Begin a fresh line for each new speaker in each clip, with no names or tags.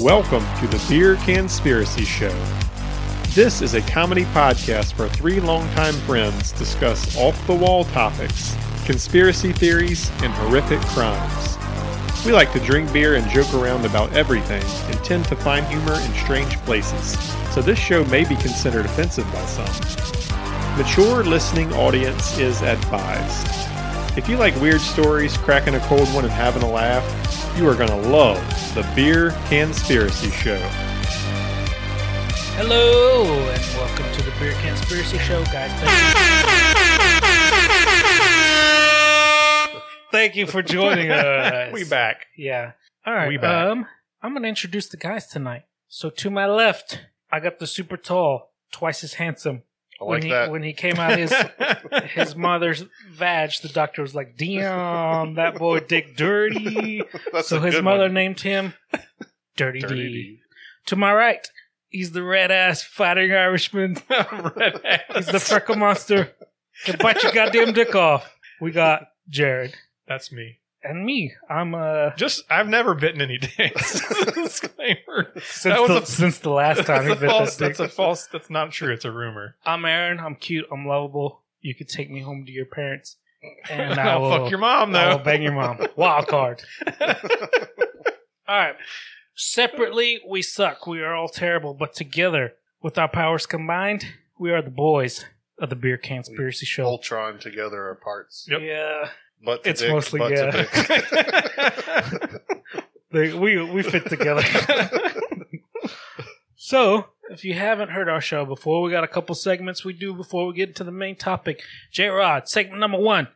Welcome to the Beer Conspiracy Show. This is a comedy podcast where three longtime friends discuss off the wall topics, conspiracy theories, and horrific crimes. We like to drink beer and joke around about everything and tend to find humor in strange places, so this show may be considered offensive by some. Mature listening audience is advised. If you like weird stories, cracking a cold one, and having a laugh, you are going to love the Beer Conspiracy Show.
Hello, and welcome to the Beer Conspiracy Show, guys. Thank you for joining us.
we back.
Yeah. All right.
We back.
Um, I'm going to introduce the guys tonight. So to my left, I got the super tall, twice as handsome.
I
when
like
he,
that.
When he came out his his mother's vag, the doctor was like, "Damn, that boy dick dirty."
That's
so
a
his
good
mother
one.
named him Dirty,
Dirty
D.
D.
To my right, he's the red ass fighting Irishman. He's the freckle monster. Can bite your goddamn dick off. We got Jared
That's me.
and me. I'm uh
Just, I've never bitten any dicks. Disclaimer.
since,
was
the,
a-
since the last time he
that's, a
bit
false,
that dick.
that's a false, that's not true. It's a rumor.
I'm Aaron. I'm cute. I'm lovable. You could take me home to your parents, and I
I'll
will
fuck your mom,
I will
though.
bang your mom. Wild card. all right. Separately, we suck. We are all terrible, but together, with our powers combined, we are the boys of the Beer Conspiracy Show.
Ultron together are parts.
Yep.
Yeah,
But
It's mostly, yeah. They- we we fit together. so, if you haven't heard our show before, we got a couple segments we do before we get into the main topic. J Rod, segment number one.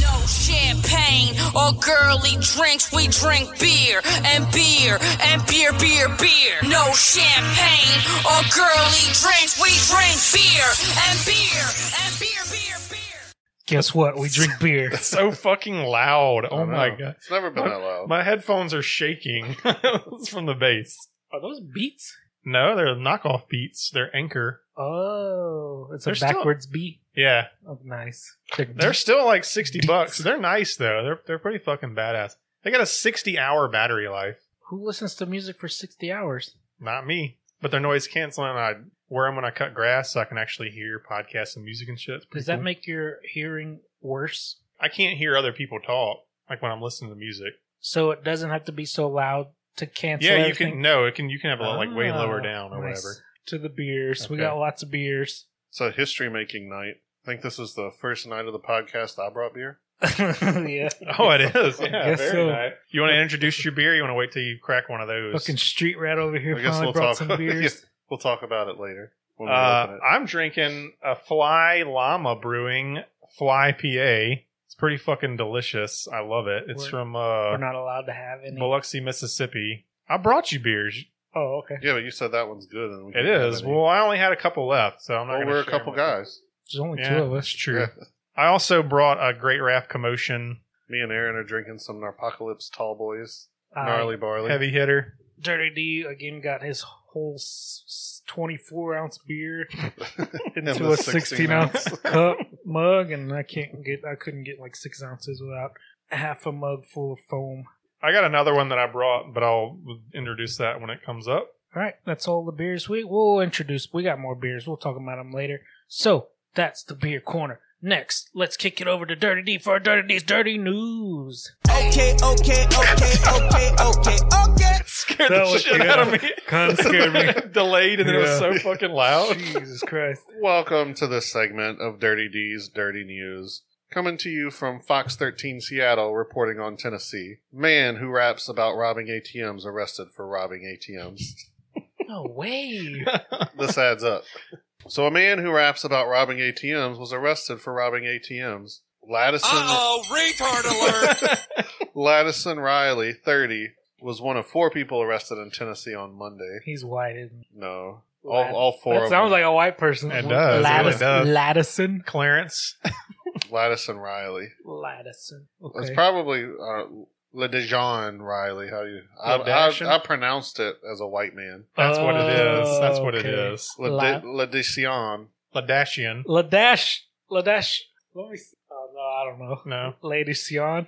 No champagne or girly drinks. We drink beer and beer and beer, beer, beer. No champagne or girly drinks. We drink beer and beer and beer, beer, beer.
Guess what? We drink beer.
It's so fucking loud. Oh my god.
It's never been that loud.
My headphones are shaking. it's from the bass.
Are those beats?
No, they're knockoff beats. They're anchor.
Oh, it's
They're
a
still-
backwards beat.
Yeah.
Oh, nice.
They're still like 60 bucks. They're nice though. They're they're pretty fucking badass. They got a 60 hour battery life.
Who listens to music for 60 hours?
Not me. But they're noise canceling. and I wear them when I cut grass so I can actually hear podcasts and music and shit. It's pretty
Does that
cool.
make your hearing worse?
I can't hear other people talk like when I'm listening to music.
So it doesn't have to be so loud to cancel
yeah, you
everything?
can no, it can you can have it like way lower
Ah,
down or
nice.
whatever.
To the beers. We
Okay.
got lots of beers.
It's a history making night. I think this is the first night of the podcast I brought beer.
yeah.
Oh, it is. Yeah,
guess
very
so.
nice. You want to introduce your beer? You want to wait till you crack one of those?
Fucking street rat over here
I guess
finally
we'll
brought
talk.
some beers.
We'll talk about it later. When we
Uh,
open
I'm drinking a Fly Llama Brewing Fly PA. It's pretty fucking delicious. I love it. It's
We're-
from
We're
uh,
not allowed to have any.
Biloxi, Mississippi. I brought you beers.
oh, okay.
it. Yeah, but you said that one's good. And we
It
can't have
is.
any.
Well, I only had a couple left, so I'm not.
well
gonna
we're a
share
couple
them with you.
guys.
There's only
Yeah,
two of us.
That's true.
Yeah.
I also brought a Great Raft Commotion
Me and Aaron are drinking some Narpocalypse Tall Boys
Uh,
gnarly barley.
Heavy Hitter.
Dirty D again got his whole s- s- 24 ounce beer
And
into
the
a 16 ounce cup mug, and I can't get I couldn't get like six ounces without half a mug full of foam.
I got another one that I brought, but I'll introduce that when it comes up.
All right, that's all the beers we will introduce. We got more beers. We'll talk about them later. So that's the beer corner. Next, let's kick it over to Dirty D for Dirty D's dirty news.
Okay, okay, okay, okay, okay, okay.
Scared
That
the
was-
shit
yeah.
out of me.
Kind of scared me.
Delayed, and then it was so
Yeah.
fucking loud.
Jesus Christ!
Welcome to this segment of Dirty D's Dirty News. Coming to you from Fox 13 Seattle, reporting on Tennessee. Man who raps about robbing ATMs arrested for robbing ATMs.
No way.
this adds up. So, a man who raps about robbing ATMs was arrested for robbing ATMs. Ladison,
retard alert.
Ladison Riley, 30, was one of four people arrested in Tennessee on Monday.
He's white, isn't he?
No.
Lad-
All, all four
that
of
sounds
them.
like a white person.
It does, it really does.
Ladison.
Clarence.
Ladison Riley.
Ladison.
It's
Okay.
probably uh, Le Dijon Riley. How you? I,
LeDijon?
I, I pronounced it as a white man.
That's what it is. That's what it
Okay.
is.
Le,
La-
Di- Le Dijon.
Ladashian.
Ladash. Ladash. Let me. See. Oh no, I don't know.
No.
Lady Sion.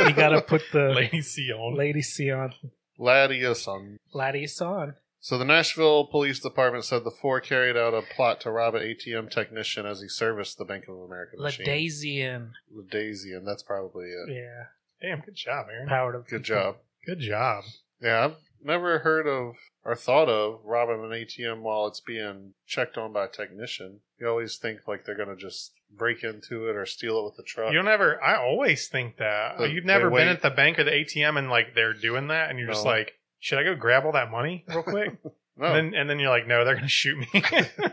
you gotta put the
Lady Seal.
Lady Sion.
Latiason.
Laddie on.
So the Nashville Police Department said the four carried out a plot to rob an ATM technician as he serviced the Bank of America machine.
Ladaisian.
Ladaisian, that's probably it.
Yeah.
Damn, good job, Aaron.
Power to
Good job.
Good job.
Yeah, I've never heard of or thought of robbing an ATM while it's being checked on by a technician. You always think like they're gonna just break into it or steal it with a truck.
You don't ever. I always think that
Look,
you've never
Uh, they
been
wait.
at the bank or the ATM and like they're doing that, and you're just
No.
like, should I go grab all that money real quick?
no,
and, then, and then you're like, no, they're gonna shoot me.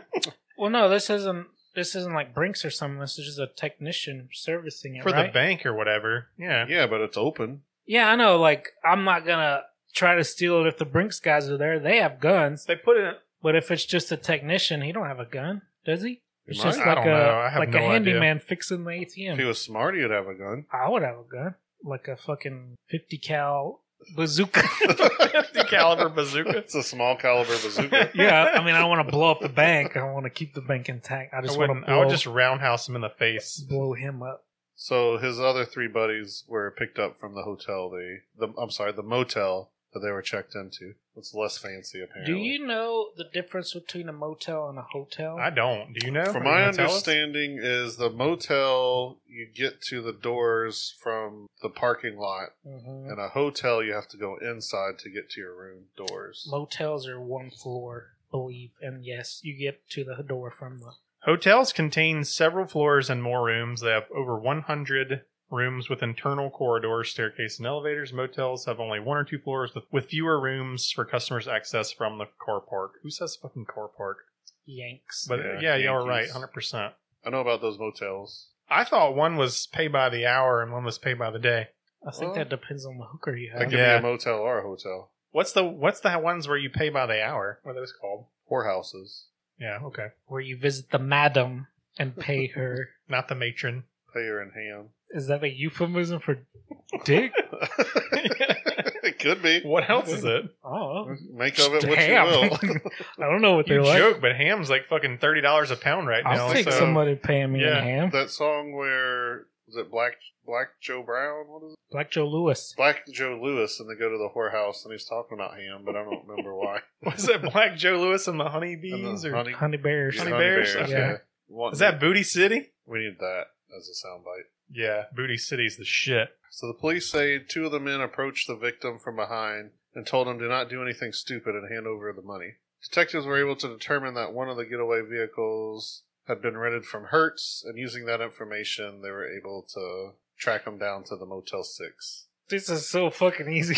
Well, no, this isn't. This isn't like Brinks or something. This is just a technician servicing it
for
right?
the bank or whatever. Yeah.
yeah, but it's open.
Yeah, I know. Like, I'm not gonna try to steal it if the Brinks guys are there. They have guns.
They put it.
But if it's just a technician, he don't have a gun, does he? It's just
might. I
like
don't
a
know. I have
like
no
a
idea.
handyman fixing the ATM.
If he was smart, he'd have a gun.
I would have a gun, like a fucking fifty cal bazooka.
the caliber bazooka.
It's a small caliber bazooka.
yeah, I mean, I don't want to blow up the bank. I want to keep the bank intact. I
I,
just want
wouldn't.
to.
I would just roundhouse him in the face.
blow him up.
So his other three buddies were picked up from the hotel. They, the I'm sorry, the motel that they were checked into. It's less fancy apparently.
Do you know the difference between a motel and a hotel?
I don't. Do you know?
From
Are you
my
gonna tell us?
understanding, is the motel you get to the doors from the parking lot,
Mhm.
and a hotel you have to go inside to get to your room doors.
Motels are one floor, believe, and yes, you get to the door from the.
Hotels contain several floors and more rooms. They have over 100 rooms with internal corridors, staircase, and elevators. Motels have only one or two floors with, with fewer rooms for customers' access from the car park. Who says fucking car park?
Yanks.
But
Yeah,
yeah, y'all were right,
Yankees.
100%.
I know about those motels.
I thought one was pay by the hour and one was pay by the day.
I think
Well,
that depends on the hooker you
That
have.
could be
Yeah.
a motel or a hotel.
What's the what's the ones where you pay by the hour? What are those called?
Whorehouses.
Yeah, okay.
Where you visit the madam and pay her.
Not the matron.
Payer and ham.
Is that a euphemism for dick?
it could be.
What else is it?
Oh,
Make of it what
Ham.
you will.
I don't know what
You
they're like.
joke, but ham's like fucking thirty dollars a pound right
I'll
now.
take
so-
somebody paying me
Yeah,
in ham.
that song where was it Black Black Joe Brown? What is it?
Black Joe Lewis.
Black Joe Lewis, and they go to the whorehouse, and he's talking about ham, but I don't remember why.
Was it Black Joe Lewis and the
And
Honeybees?
the
Or
honey,
Honey Bears.
Honey
honey
Bears?
bears.
Okay.
yeah. Want-
is that Booty City?
we need that as a soundbite.
Yeah, Booty City's the shit.
So the police say two of the men approached the victim from behind and told him to not do anything stupid and hand over the money. Detectives were able to determine that one of the getaway vehicles had been rented from Hertz, and using that information, they were able to track him down to the Motel 6.
This is so fucking easy.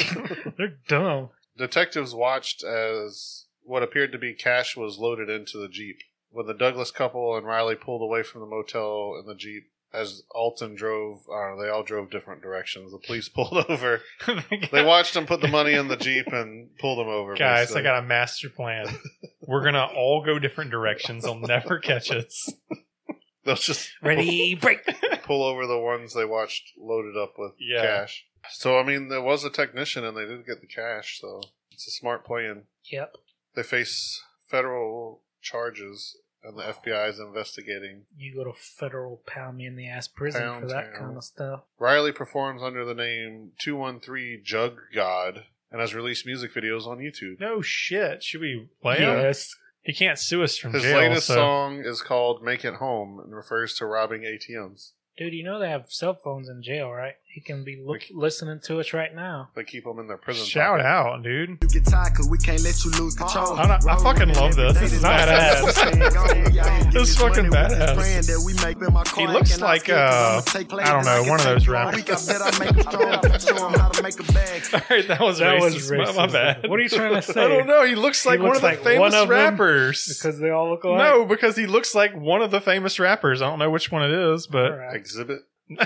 they're dumb.
Detectives watched as what appeared to be cash was loaded into the Jeep. When the Douglas couple and Riley pulled away from the motel in the Jeep, as Alton drove, uh, they all drove different directions. The police pulled over. They watched him put the money in the Jeep and pull them over.
Guys, I
basically.
got a master plan. We're gonna all go different directions. They'll never catch us.
They'll just
Ready, break.
pull over the ones they watched loaded up with
Yeah.
cash. So, I mean, there was a technician and they did get the cash, so it's a smart plan.
Yep.
They face federal charges, and the FBI is investigating.
You go to federal pound me in the ass prison
Pound
for that
town.
kind of stuff.
Riley performs under the name 213 Jug God and has released music videos on YouTube.
No shit. Should we play him?
Yes.
He can't sue us from
His
jail.
latest
so-
song is called Make It Home and refers to robbing ATMs.
Dude, you know they have cell phones in jail, right? He can be look,
Like-
listening to us right now.
They keep them in their prison.
Shout out, dude.
You get tired, cause we can't let you lose control.
Oh, I don't- I fucking love this. This is
badass.
This is fucking badass. He
He
looks like, uh, I don't know, one of those rappers.
rappers.
All right, that was
That
racist.
was
My, my
racist.
bad.
What are you trying to say?
I don't know. He looks like one
looks
of the
like
famous
one of them
rappers.
Because they all look alike.
no, because he looks like one of the famous rappers. I don't know which one it is, but
All right.
Exhibit.
no.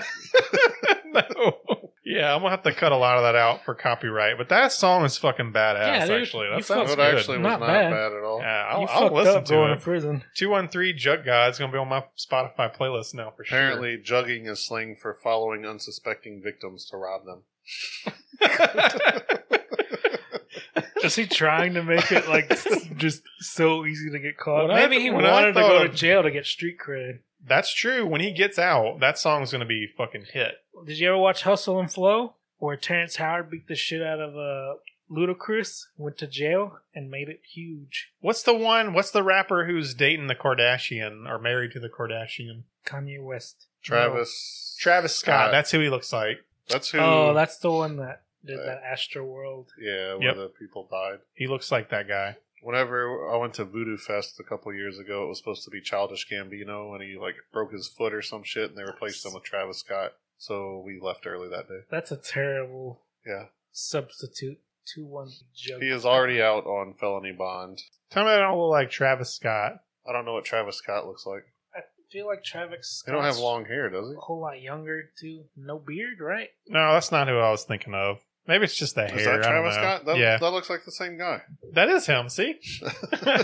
Yeah, I'm gonna have to cut a lot of that out for copyright. But that song is fucking badass.
Yeah, dude,
actually,
you
that
That
sounds
fucked-
good.
actually was
Not
not,
bad.
bad. at all.
yeah, I'll,
you
I'll
fucked
listen
up going
to
to
it.
prison.
Two one three Jug God is gonna be on my Spotify playlist now for sure.
Apparently, jugging is slang for following unsuspecting victims to rob
Oh.
them.
Is he trying to make it like just so easy to get caught?
When I-
Maybe he
when I
wanted to
thought
go to
of-
jail to get street cred.
That's true. When he gets out, that song's gonna be fucking hit.
Did you ever watch Hustle and Flow, where Terrence Howard beat the shit out of uh, Ludacris went to jail and made it huge.
What's the one? What's the rapper who's dating the Kardashian or married to the Kardashian?
Kanye West.
Travis.
Travis Scott.
Scott.
That's who he looks like.
That's who.
Oh, that's the one that did that Astro World.
yeah, where
Yep.
the people died.
He looks like that guy.
Whenever I went to Voodoo Fest a couple years ago, it was supposed to be Childish Gambino, and he like broke his foot or some shit, and they replaced him with Travis Scott. So we left early that day.
That's a terrible
Yeah,
substitute. Two one joke.
he is already out on felony bond.
Tell me I don't look like Travis Scott.
I don't know what Travis Scott looks like.
I feel like Travis.
He don't have
Scott's
long hair, does he?
A whole lot younger too. No beard, right?
No, that's not who I was thinking of. Maybe it's just the hair.
Is
I
that
don't
Travis
know.
Scott? That,
yeah,
that looks like the same guy.
that is him. See,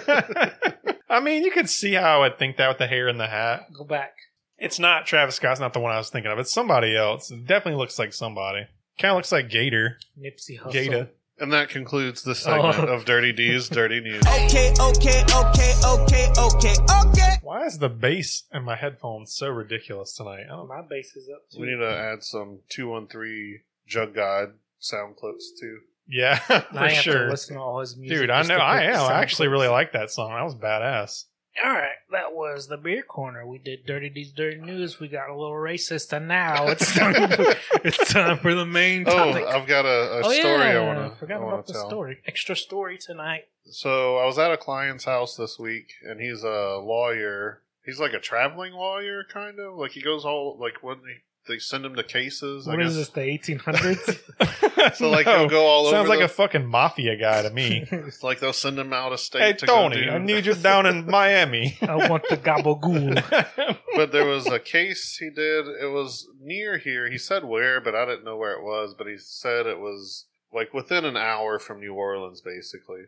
I mean, you could see how I would think that with the hair and the hat.
Go back.
It's not Travis Scott's not the one I was thinking of. It's somebody else. It definitely looks like somebody. Kind of looks like Gator.
Nipsey Hussle.
Gator.
And that concludes this segment
Oh.
of Dirty D's Dirty News.
Okay, okay, okay, okay, okay, okay.
Why is the bass in my headphones so ridiculous tonight? I don't know.
Oh, My bass is up too.
We need to add some 213 Jug God sound clips too.
Yeah,
And I
for
have to
sure.
listen to all his music.
Dude, I
just
know
to
I
pick
am.
sound
I actually
clips.
really like that song. That was badass.
All right, that was the beer corner. We did dirty D's dirty news. We got a little racist, and now it's time. For, it's time for the main
Oh,
topic.
I've got a, a story I want to.
forgot
I
about
want to
the
tell.
story. Extra story tonight.
So I was at a client's house this week, and he's a lawyer. He's like a traveling lawyer, kind of. Like he goes all like when they, they send him to cases.
What
I
is this? The 1800s?
So like he'll go all
Sounds
over.
like
the,
a fucking mafia guy to me.
it's like they'll send him out of state.
hey
to go
Tony,
do-
I need you down in Miami.
I want the gabagool.
but there was a case he did. It was near here. He said where, but I didn't know where it was. But he said it was like within an hour from New Orleans, basically.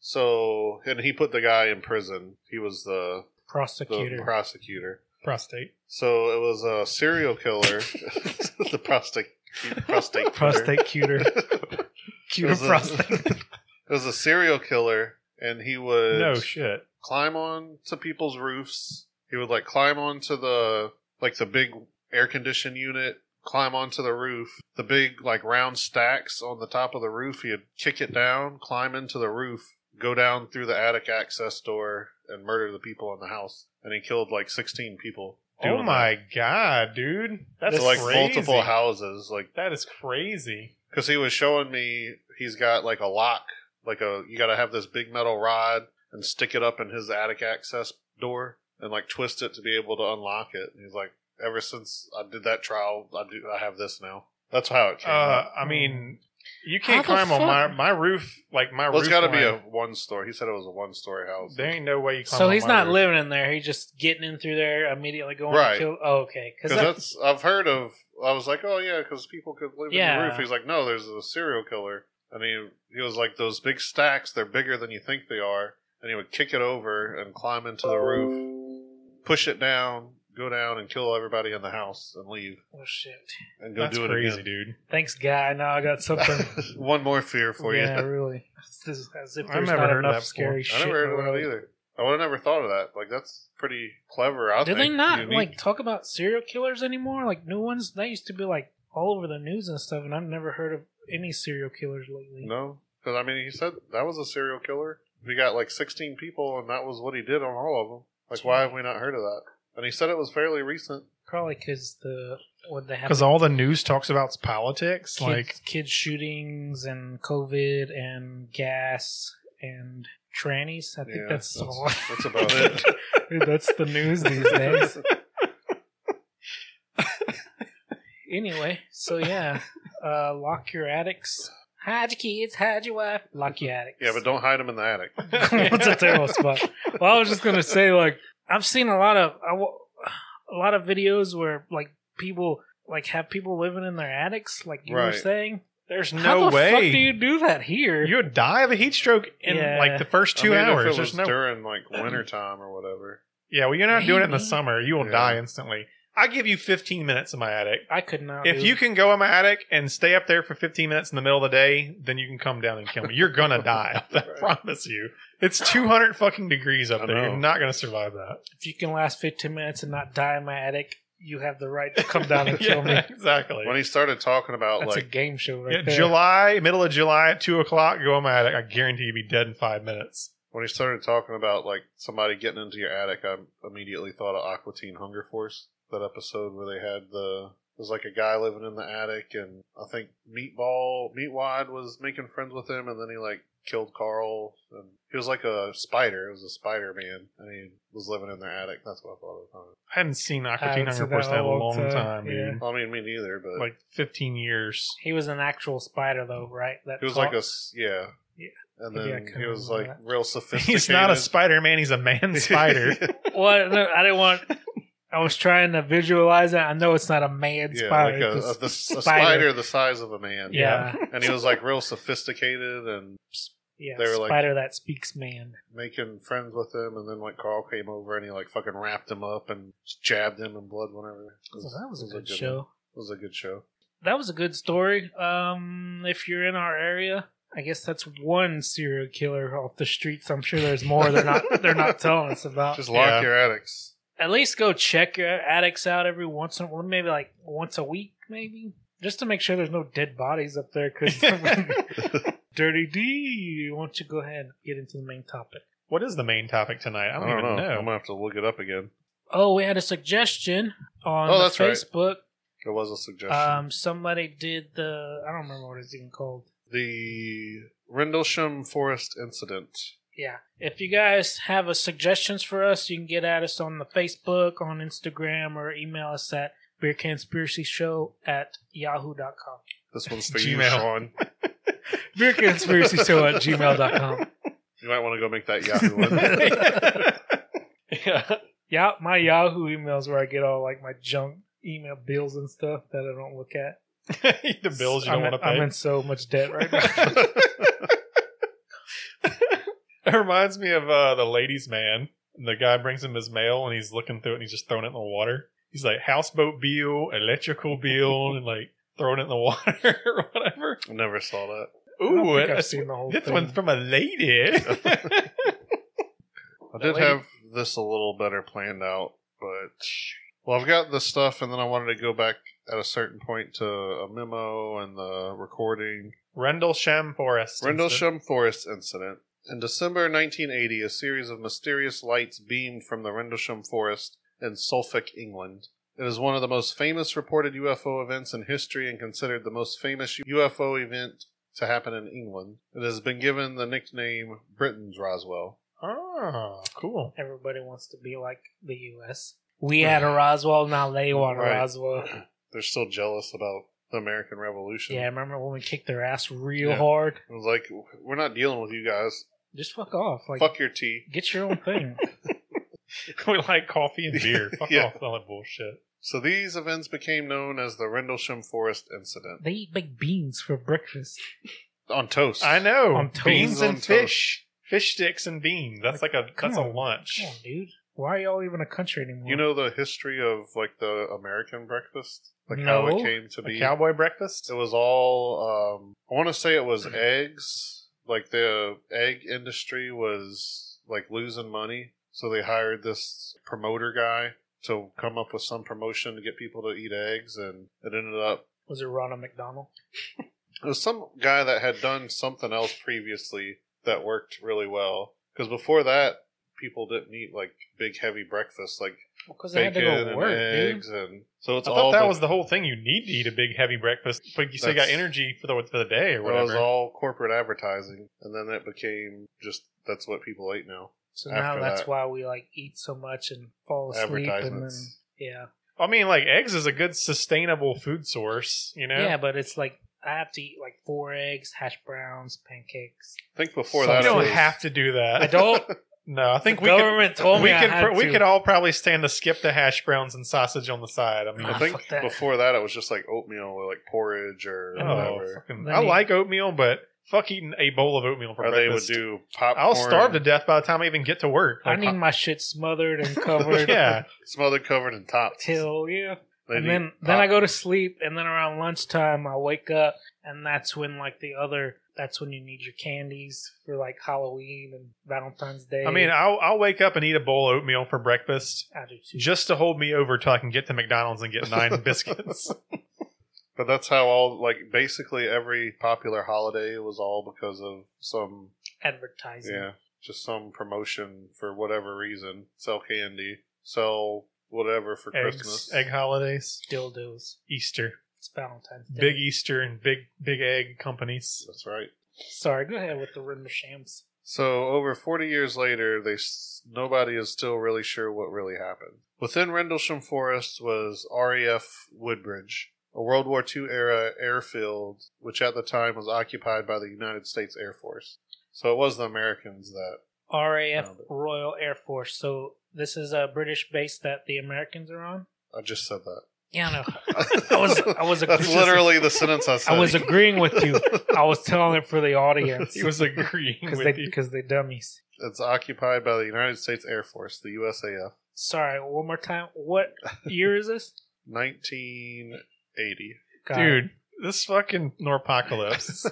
So, and he put the guy in prison. He was the, the
Prosecutor.
prosecutor.
Prostate.
So it was a serial killer. the prostate, prostate,
prostate cuter.
It
Cuter
was a-
prostate.
It was a serial killer, and he would
No shit.
climb on to people's roofs. He would like climb onto the like the big air conditioned unit, climb onto the roof, the big like round stacks on the top of the roof. He'd kick it down, climb into the roof, go down through the attic access door, and murder the people in the house. And he killed like sixteen people.
Oh
doing
my
that.
god, dude.
To,
That's
like
crazy.
multiple houses, like
That is crazy.
because he was showing me he's got like a lock, like a you got to have this big metal rod and stick it up in his attic access door and like twist it to be able to unlock it. And he's like, ever since I did that trial, I do I have this now. That's how it came.
Uh,
up.
I mean, you can't
How the
climb on my
fuck?
my roof like my
Well, it's
roof.
got to be a
line.
one story. He said it was a one story house.
There ain't no way you climb.
so
on
he's
my
not
roof.
living in there. He's just getting in through there, immediately going
Right.
to kill. Oh, okay.
Because that's I've heard of. I was like, oh yeah, because people could live in
Yeah.
the roof. He's like, no, there's a serial killer, and he he was like, those big stacks, they're bigger than you think they are, and he would kick it over and climb into the roof, push it down, go down and kill everybody in the house and leave
Oh, shit.
and go
That's
do it
crazy,
again.
dude.
Thanks, guy. Now I got something.
One more fear for
yeah,
you.
really. This is as if
I've
there's
never
not
heard that
enough scary
before.
shit.
I never
in
heard
the
of that
world.
either. I would have never thought of that. Like that's pretty clever. I
Do
think.
they not
Unique.
like talk about serial killers anymore? Like new ones? They used to be like all over the news and stuff, and I've never heard of any serial killers lately.
No, because I mean, he said that was a serial killer. We got like 16 people, and that was what he did on all of them. Like, why have we not heard of that? And he said it was fairly recent.
Probably because the what they have
Because all the news talks about is politics.
kids,
Like,
kids shootings and COVID and gas and trannies. I think
Yeah,
that's,
that's-
all.
that's about it.
that's the news these days. anyway, so yeah, uh, lock your attics. Hide your kids. Hide your wife. Lock your attics.
Yeah, but don't hide him in the attic.
That's a terrible spot. Well, I was just gonna say, like, I've seen a lot of I wa- a lot of videos where like people like have people living in their attics, like you were
Right.
saying.
there's
How
no
the
way
fuck do you do that here?
You would die of a heat stroke in
Yeah.
like the first
I
two
mean, if
hours.
it was
There's no.
during like wintertime or whatever.
yeah, well, you're not doing it in the
Maybe.
summer. You will
Yeah.
die instantly. I give you 15 minutes in my attic.
I could not.
If
do
you can go in my attic and stay up there for 15 minutes in the middle of the day, then you can come down and kill me. You're gonna die. I promise you. It's 200 fucking degrees up
I
there. You're
know.
not gonna survive that.
if you can last 15 minutes and not die in my attic, you have the right to come down and kill me.
Yeah, exactly.
When he started talking about
That's a
like
game show right
Yeah,
there.
July, middle of July at two o'clock, go in my attic. I guarantee you'll be dead in five minutes.
when he started talking about like somebody getting into your attic, I immediately thought of Aqua Teen Hunger Force. That episode where they had the there's like a guy living in the attic, and I think Meatball Meatwad was making friends with him, and then he like killed Carl, and he was like a spider. It was a Spider Man, and he was living in their attic. That's what I thought at the time.
I haven't seen
I
Aquatine
haven't seen
Hunger Force
that
in
in a
a
long
long
time,
time, dude.
I mean, me neither, but
Like 15 years.
He was an actual spider, though, right? That
he was like a s- yeah,
Yeah.
and
Maybe I
then
couldn't
he was like
remember
real sophisticated.
He's not a Spider Man, he's a man spider.
a. Well, no, I didn't want. I was trying to visualize it. I know it's not a man
Yeah,
spider.
like a,
it's
a,
a
the, a
spider.
spider. the size of a man.
yeah,
and he was like real sophisticated and
yeah.
They were like-
spider that speaks man.
making friends with him. And then like Carl came over and he like fucking wrapped him up and jabbed him in blood whenever. It
So Oh, that was a
it
good,
one.
show.
It was a good show.
That was a good story. Um, if you're in our area, I guess that's one serial killer off the streets. I'm sure there's more. They're not. They're not telling us about.
Just lock
Yeah.
your attics.
at least go check your addicts out every once in a while, maybe like once a week, maybe just to make sure there's no dead bodies up there. Because Dirty D, why don't you go ahead and get into the main topic?
what is the main topic tonight? I
I
don't,
don't, know.
even know.
I'm gonna have to look it up again.
Oh, we had a suggestion on
Oh,
the
that's right.
Facebook.
It was a suggestion.
Um, somebody did the I don't remember what it's even called.
the Rendlesham Forest incident.
Yeah. If you guys have a suggestions for us, you can get at us on the Facebook, on Instagram, or email us at beerconspiracyshow at yahoo.com.
This one's for you,
Gmail.
Sean.
beerconspiracyshow at gmail.com.
You might want to go make that Yahoo one.
yeah.
Yeah, my Yahoo emails where I get all like my junk email bills and stuff that I don't look at.
the bills you don't
I'm,
want to pay.
I'm in so much debt right now.
it reminds me of uh, the ladies' man. And the guy brings him his mail, and he's looking through it, and he's just throwing it in the water. He's like houseboat bill, electrical bill, and like throwing it in the water or whatever.
I never saw that.
I
Ooh,
have
that's,
seen the whole
this
thing.
one's from a lady.
I did have this a little better planned out, but well, I've got the stuff, and then I wanted to go back at a certain point to a memo and the recording.
Rendlesham Forest.
Rendlesham Forest incident. In December 1980, a series of mysterious lights beamed from the Rendlesham Forest in Suffolk, England. It is one of the most famous reported UFO events in history and considered the most famous UFO event to happen in England. It has been given the nickname Britain's Roswell.
Oh, cool.
Everybody wants to be like the U.S. We had a Roswell, now they want a
Right.
Roswell.
They're still jealous about the American Revolution.
Yeah, remember when we kicked their ass real
Yeah.
hard?
It was like, we're not dealing with you guys.
Just fuck off. Like,
Fuck your tea.
get your own thing.
we like coffee and beer. Fuck
Yeah.
off all that bullshit.
So these events became known as the Rendlesham Forest incident.
they eat baked beans for breakfast.
On toast.
I know.
On toast.
Beans
On
and
toast.
fish. Fish sticks and beans. That's like a
Come
that's a
on.
lunch.
Come on, dude. Why are y'all even a country anymore?
You know the history of like the American breakfast, like how
No.
it came to be.
A cowboy breakfast.
it was all. Um, I want to say it was eggs. Like the egg industry was like losing money, so they hired this promoter guy to come up with some promotion to get people to eat eggs, and it ended up
was it Ronald McDonald?
it was some guy that had done something else previously that worked really well. Because before that, people didn't eat like big heavy breakfasts, like
Because I had to
bacon
go to
and
work, dude.
eggs, and so it's
I
all
thought that
the-
was the whole thing. You need to eat a big, heavy breakfast, but you still got
That's-
energy for the for the day or
It was
whatever.
all corporate advertising, and then it became just that's what people ate now.
So
after
now that's
that.
why we like eat so much and fall asleep and then
Advertisements.
yeah.
I mean, like eggs is a good sustainable food source. You know,
yeah, but it's like I have to eat like four eggs, hash browns, pancakes.
I think before
So
that,
you
I
it
don't
was-
have to do that.
I don't.
No, I think
the
we could.
government told
we
me
could.
I had
pr- we
to.
could all probably stand to skip the hash browns and sausage on the side. I mean,
I
Ah,
think
fuck that.
before that, it was just like oatmeal or like porridge or
oh,
whatever.
fucking-
Then
I
you-
like oatmeal, but fuck eating a bowl of oatmeal for
Or they would
breakfast.
do popcorn.
I'll starve to death by the time I even get to work.
I
Like,
need my shit smothered and covered.
Uh-huh. yeah,
smothered, covered in tops.
Till yeah.
They'd
and
eat
then then I
pop-
go to sleep, and then around lunchtime I wake up, and that's when like the other That's when you need your candies for like Halloween and Valentine's Day.
I mean, I'll, I'll wake up and eat a bowl of oatmeal for breakfast
I do too.
just to hold me over till I can get to McDonald's and get nine biscuits.
But that's how all like basically every popular holiday was all because of some
advertising.
yeah, just some promotion for whatever reason. Sell candy, sell whatever for
Eggs,
Christmas.
egg holidays,
Dildos.
Easter,
It's Valentine's Day.
big Easter, and big big egg companies.
That's right.
Sorry, go ahead with the rim of shams.
So over 40 years later, they s- nobody is still really sure what really happened. Within Rendlesham Forest was RAF Woodbridge, a World War II era airfield which at the time was occupied by the United States Air Force. So it was the Americans that
RAF
Found it.
Royal Air Force. So this is a British base that the Americans are on.
I just said that.
Yeah, no, I was I was
That's literally the sentence I said.
I was agreeing with you. I was telling it for the audience
He was agreeing
because they
with you.
because they dummies.
It's occupied by the United States Air Force, the USAF,
Sorry, one more time. What year is this?
1980.
Got it.
Dude, this fucking Norpocalypse.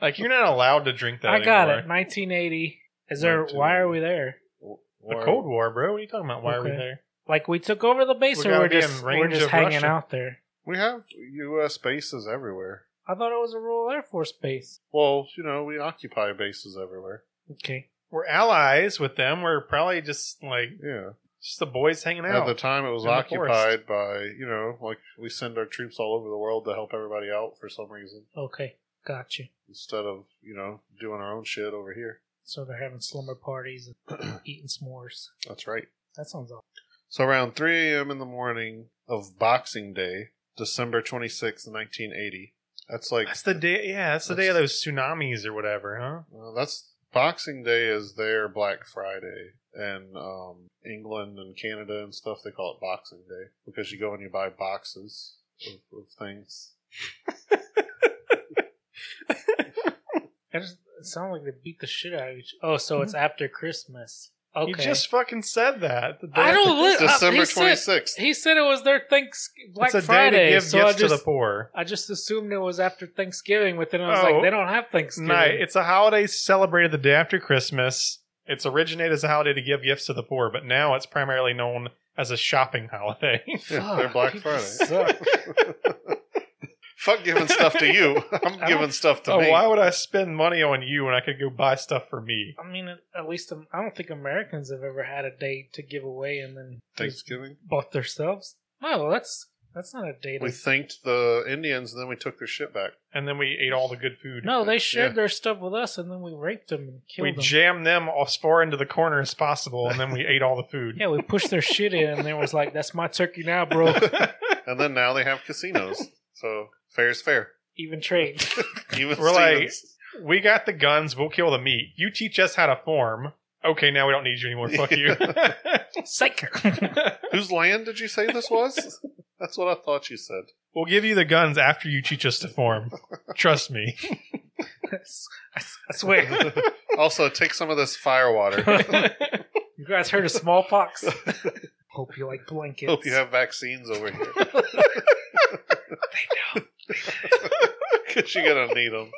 like, you're not allowed to drink that
I got it.
anymore.
1980. Is there? Why are we there?
The Cold War, bro. What are you talking about? Why are we
Okay.
there?
Like we took over the base, or
We gotta
we're
be
just
in
we're
range
just
of
hanging
Russia.
out there.
We have U.S. bases everywhere.
I thought it was a Royal Air Force base.
Well, you know, we occupy bases everywhere.
Okay,
We're allies with them. We're probably just like
Yeah.
just the boys hanging out.
At the time, it was
In the
occupied by, you know, like we send our troops all over the world to help everybody out for some reason
okay, got you.
instead of, you know, doing our own shit over here.
So they're having slumber parties and eating s'mores.
That's right.
That sounds awesome.
So around 3 a.m. in the morning of Boxing Day, December 26th, 1980. That's like
that's the day. Yeah, that's the day of those tsunamis or whatever, huh?
Well, uh, that's Boxing Day is their Black Friday, and um, England and Canada and stuff they call it Boxing Day because you go and you buy boxes of, of things.
It, just, it sounded like they beat the shit out of each. Oh, so it's after Christmas. Okay.
Mm-hmm. You just fucking said that. The day
I don't
after-
li- uh,
December
he said-
twenty sixth.
He said it was their Thanks Black
It's a
Friday,
day to give
so
gifts
I
to
just
the poor.
I just assumed it was after Thanksgiving, but then I was
Oh.
like, they don't have Thanksgiving.
No, it's a holiday celebrated the day after Christmas. It's originated as a holiday to give gifts to the poor, but now it's primarily known as a shopping holiday.
They're Black
people
Friday.
suck.
Fuck giving stuff to you. I'm
don't-
giving stuff to
oh,
me.
why would I spend money on you when I could go buy stuff for me?
I mean, at least um, I don't think Americans have ever had a day to give away and then just
Thanksgiving.
bought themselves. No, that's that's not a day. To,
We thanked the Indians and then we took their shit back.
And then we ate all the good food.
no, they shared
Yeah.
their stuff with us, and then we raped them and killed
we
them.
jammed them as far into the corner as possible, and then we ate all the food.
yeah, we pushed their shit in, and there was like, "That's my turkey now, bro."
And then now they have casinos. so fair's fair.
Even trade.
Even
We're like-
Stevens.
We got the guns. We'll kill the meat. You teach us how to farm. Okay, now we don't need you anymore. Fuck you.
Psych.
whose land did you say this was? That's what I thought you said.
we'll give you the guns after you teach us to farm. Trust me.
I swear.
Also, take some of this fire water.
You guys heard of smallpox? Hope you like blankets.
Hope you have vaccines over here. Because you're going to need them.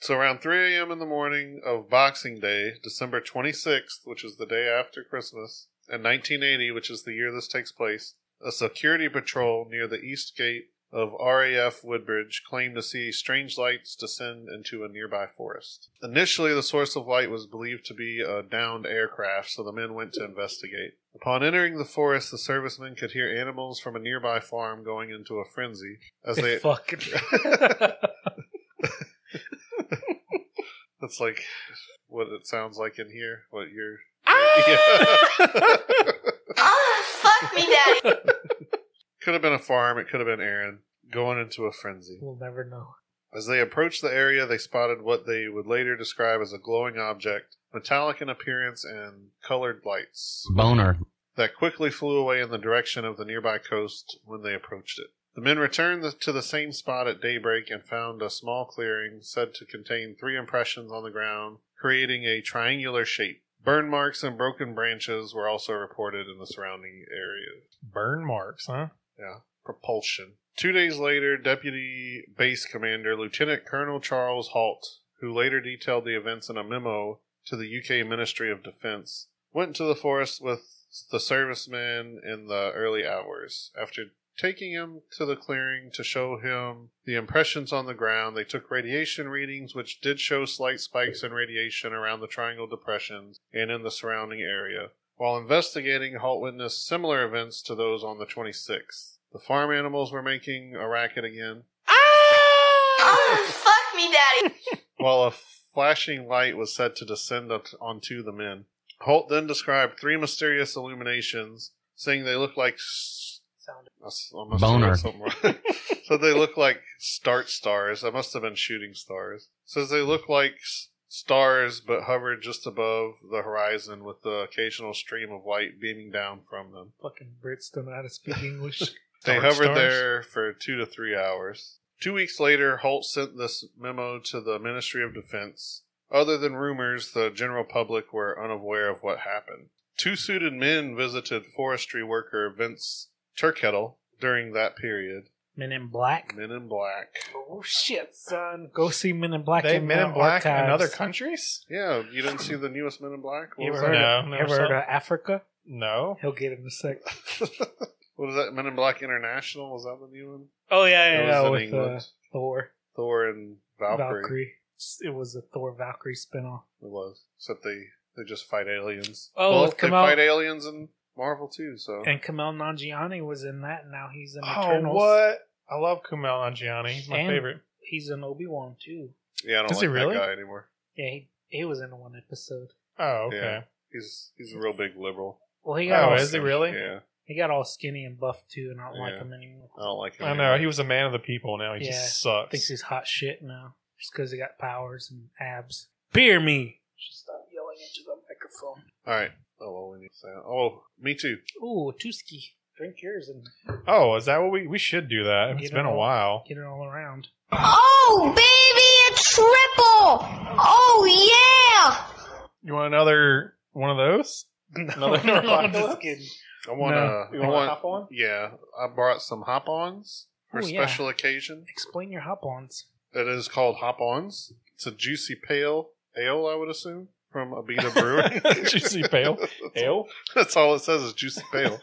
So, around 3 a.m. in the morning of Boxing Day, December 26th, which is the day after Christmas, and 1980, which is the year this takes place, a security patrol near the east gate of RAF Woodbridge claimed to see strange lights descend into a nearby forest. Initially, the source of light was believed to be a downed aircraft, so the men went to investigate. Upon entering the forest, the servicemen could hear animals from a nearby farm going into a frenzy as they.
Fuck.
That's like what it sounds like in here. What you're.
Ah, fuck me, daddy.
could have been a farm. It could have been Aaron going into a frenzy.
we'll never know.
As they approached the area, they spotted what they would later describe as a glowing object, metallic in appearance and colored lights,
Boner.
that quickly flew away in the direction of the nearby coast when they approached it. The men returned the- to the same spot at daybreak and found a small clearing said to contain three impressions on the ground, creating a triangular shape. Burn marks and broken branches were also reported in the surrounding area.
Burn marks, huh?
Yeah. propulsion. Two days later, Deputy Base Commander Lieutenant Colonel Charles Halt, who later detailed the events in a memo to the UK Ministry of Defense, went into the forest with the servicemen in the early hours. After taking him to the clearing to show him the impressions on the ground, they took radiation readings, which did show slight spikes in radiation around the triangle depressions and in the surrounding area. While investigating, Halt witnessed similar events to those on the 26th. The farm animals were making a racket again,
Oh, fuck me, daddy.
while a flashing light was said to descend on- onto the men. Holt then described three mysterious illuminations, saying they looked like s-
Sound.
I s- I must
Boner.
have said something wrong. so they look like start stars. I must have been shooting stars. Says they look like s- stars, but hovered just above the horizon with the occasional stream of light beaming down from them.
Fucking Brits don't know how to speak English.
They
Dark
hovered
stars?
there for two to three hours. Two weeks later, Holt sent this memo to the Ministry of Defense. Other than rumors, the general public were unaware of what happened. Two suited men visited forestry worker Vince Turkettle during that period.
Men in Black.
Men in Black.
Oh shit, son! Go see Men in Black.
They
in
men
the
in black in
archives.
other countries?
Yeah, you didn't see the newest Men in Black? What
You
was
ever
that?
heard,
No,
of,
never
ever
saw
heard
it.
of Africa?
No.
He'll get it in a sec.
what is that? Men in Black International? Was that the new one?
Oh yeah,
That
yeah,
was
yeah
in
with uh,
England.
Thor
Thor and
Valkyrie.
Valkyrie.
It was a Thor Valkyrie spinoff.
It was. Except they, they just fight aliens.
Oh,
Both they
come out-
fight aliens in Marvel too, so
And Kamel Nanjiani was in that. and Now he's in
Oh,
Eternals.
what? I love Kumail Nanjiani. He's my
And-
favorite.
He's in Obi Wan too.
Yeah, I don't
Is he
like
really?
that guy anymore.
Yeah, he he was in one episode.
Oh, okay.
Yeah. He's he's a real big liberal.
Well, he
Oh,
got all,
is he really?
Yeah,
he got all skinny and buff too, and I don't like
Yeah.
him anymore.
Oh.
I don't like him.
I know. He was a man of the people. Now he
Yeah.
just
Thinks
sucks.
he's hot shit now, just because he got powers and abs. Beer me. Should Stop yelling into the microphone.
All right. Oh, well, we need to say. Oh, me too.
Ooh, Tuski. Drink yours and
Oh, is that what we we should do that?
You
It's been a
know.
while.
get it all around.
Oh, baby, a triple. Oh, yeah.
You want another one of those? Another
Just kidding.
I want
No.
to.
You
I
wanna
want.
hop on?
Yeah, I brought some hop-ons for
Ooh, Oh, yeah.
special occasion.
Explain your hop ons.
It is called hop-ons. It's a juicy pale ale, I would assume, from Abita Brewing.
Juicy pale ale.
That's all it says is juicy pale.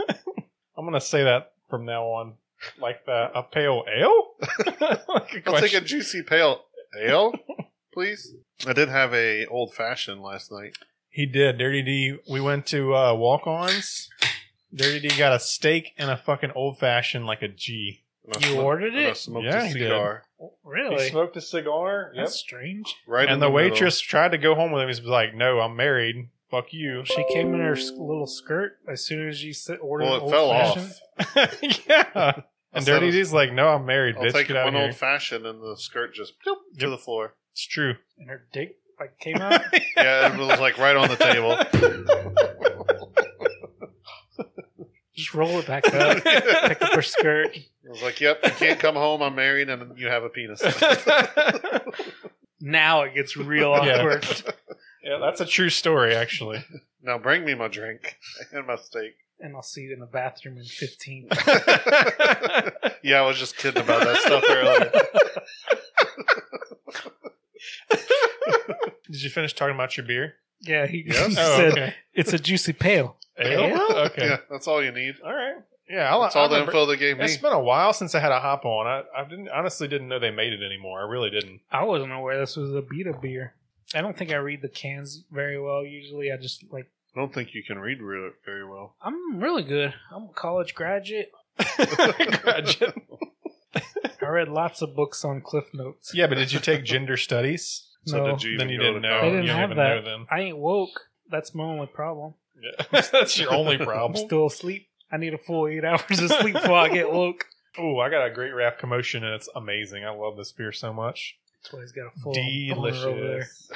I'm gonna say that from now on, like that. A pale ale. like a
I'll take a
question.
juicy pale ale, please. I did have a old fashioned last night.
He did. Dirty D. We went to uh, walk ons. Dirty D got a steak and a fucking old fashioned, like a G.
and I
You
smoked-
ordered
and I
it? Oh,
smoked
Yeah,
a
he did.
cigar.
Really?
He smoked a cigar.
That's strange.
Right in
and the,
middle.
waitress tried to go home with him. He was like, "No, I'm married. Fuck you."
She came in her s- little skirt as soon as you said, ordered
Well, it
an old
fell
fashioned.
off.
yeah. And
said it
Dirty
was-
D's like, "No, I'm married,
I'll
bitch.
take
Get out
one
of here."
old fashioned, and the skirt just bloop to the floor.
it's true.
And her dick like came out.
Yeah, it was like right on the table.
Just roll it back up. Pick up her skirt.
I was like, "Yep, you can't come home. I'm married, and you have a penis."
Now it gets real
Yeah.
awkward.
yeah, that's a true story, actually.
now bring me my drink and my steak.
And I'll see you in the bathroom in 15.
yeah, I was just kidding about that stuff earlier.
Did you finish talking about your beer?
Yeah, he, he
Yes.
Oh,
said
okay.
it's a juicy pale.
Ale? Okay.
Yeah, that's all you need.
All right. Yeah, I'll,
That's all
I'll
the
remember-
info they gave me.
It's been a while since I had a hop on. I, I didn't honestly didn't know they made it anymore. I really didn't.
I wasn't aware this was a beta beer. I don't think I read the cans very well. Usually I just like,
I don't think you can read it very well.
I'm really good. I'm a college graduate.
Graduate.
I read lots of books on Cliff Notes.
yeah, but did you take gender studies?
So
No.
did you even
then you
go
didn't
to
know.
They
college?
didn't
you don't
have
even
that.
know then.
I ain't woke. That's my only problem.
Yeah. That's your only
I'm
problem.
still asleep. I need a full eight hours of sleep before I get woke.
Oh, I got a great raft commotion and it's amazing. I love this beer so much.
That's why he's got a full boner over there.
Delicious.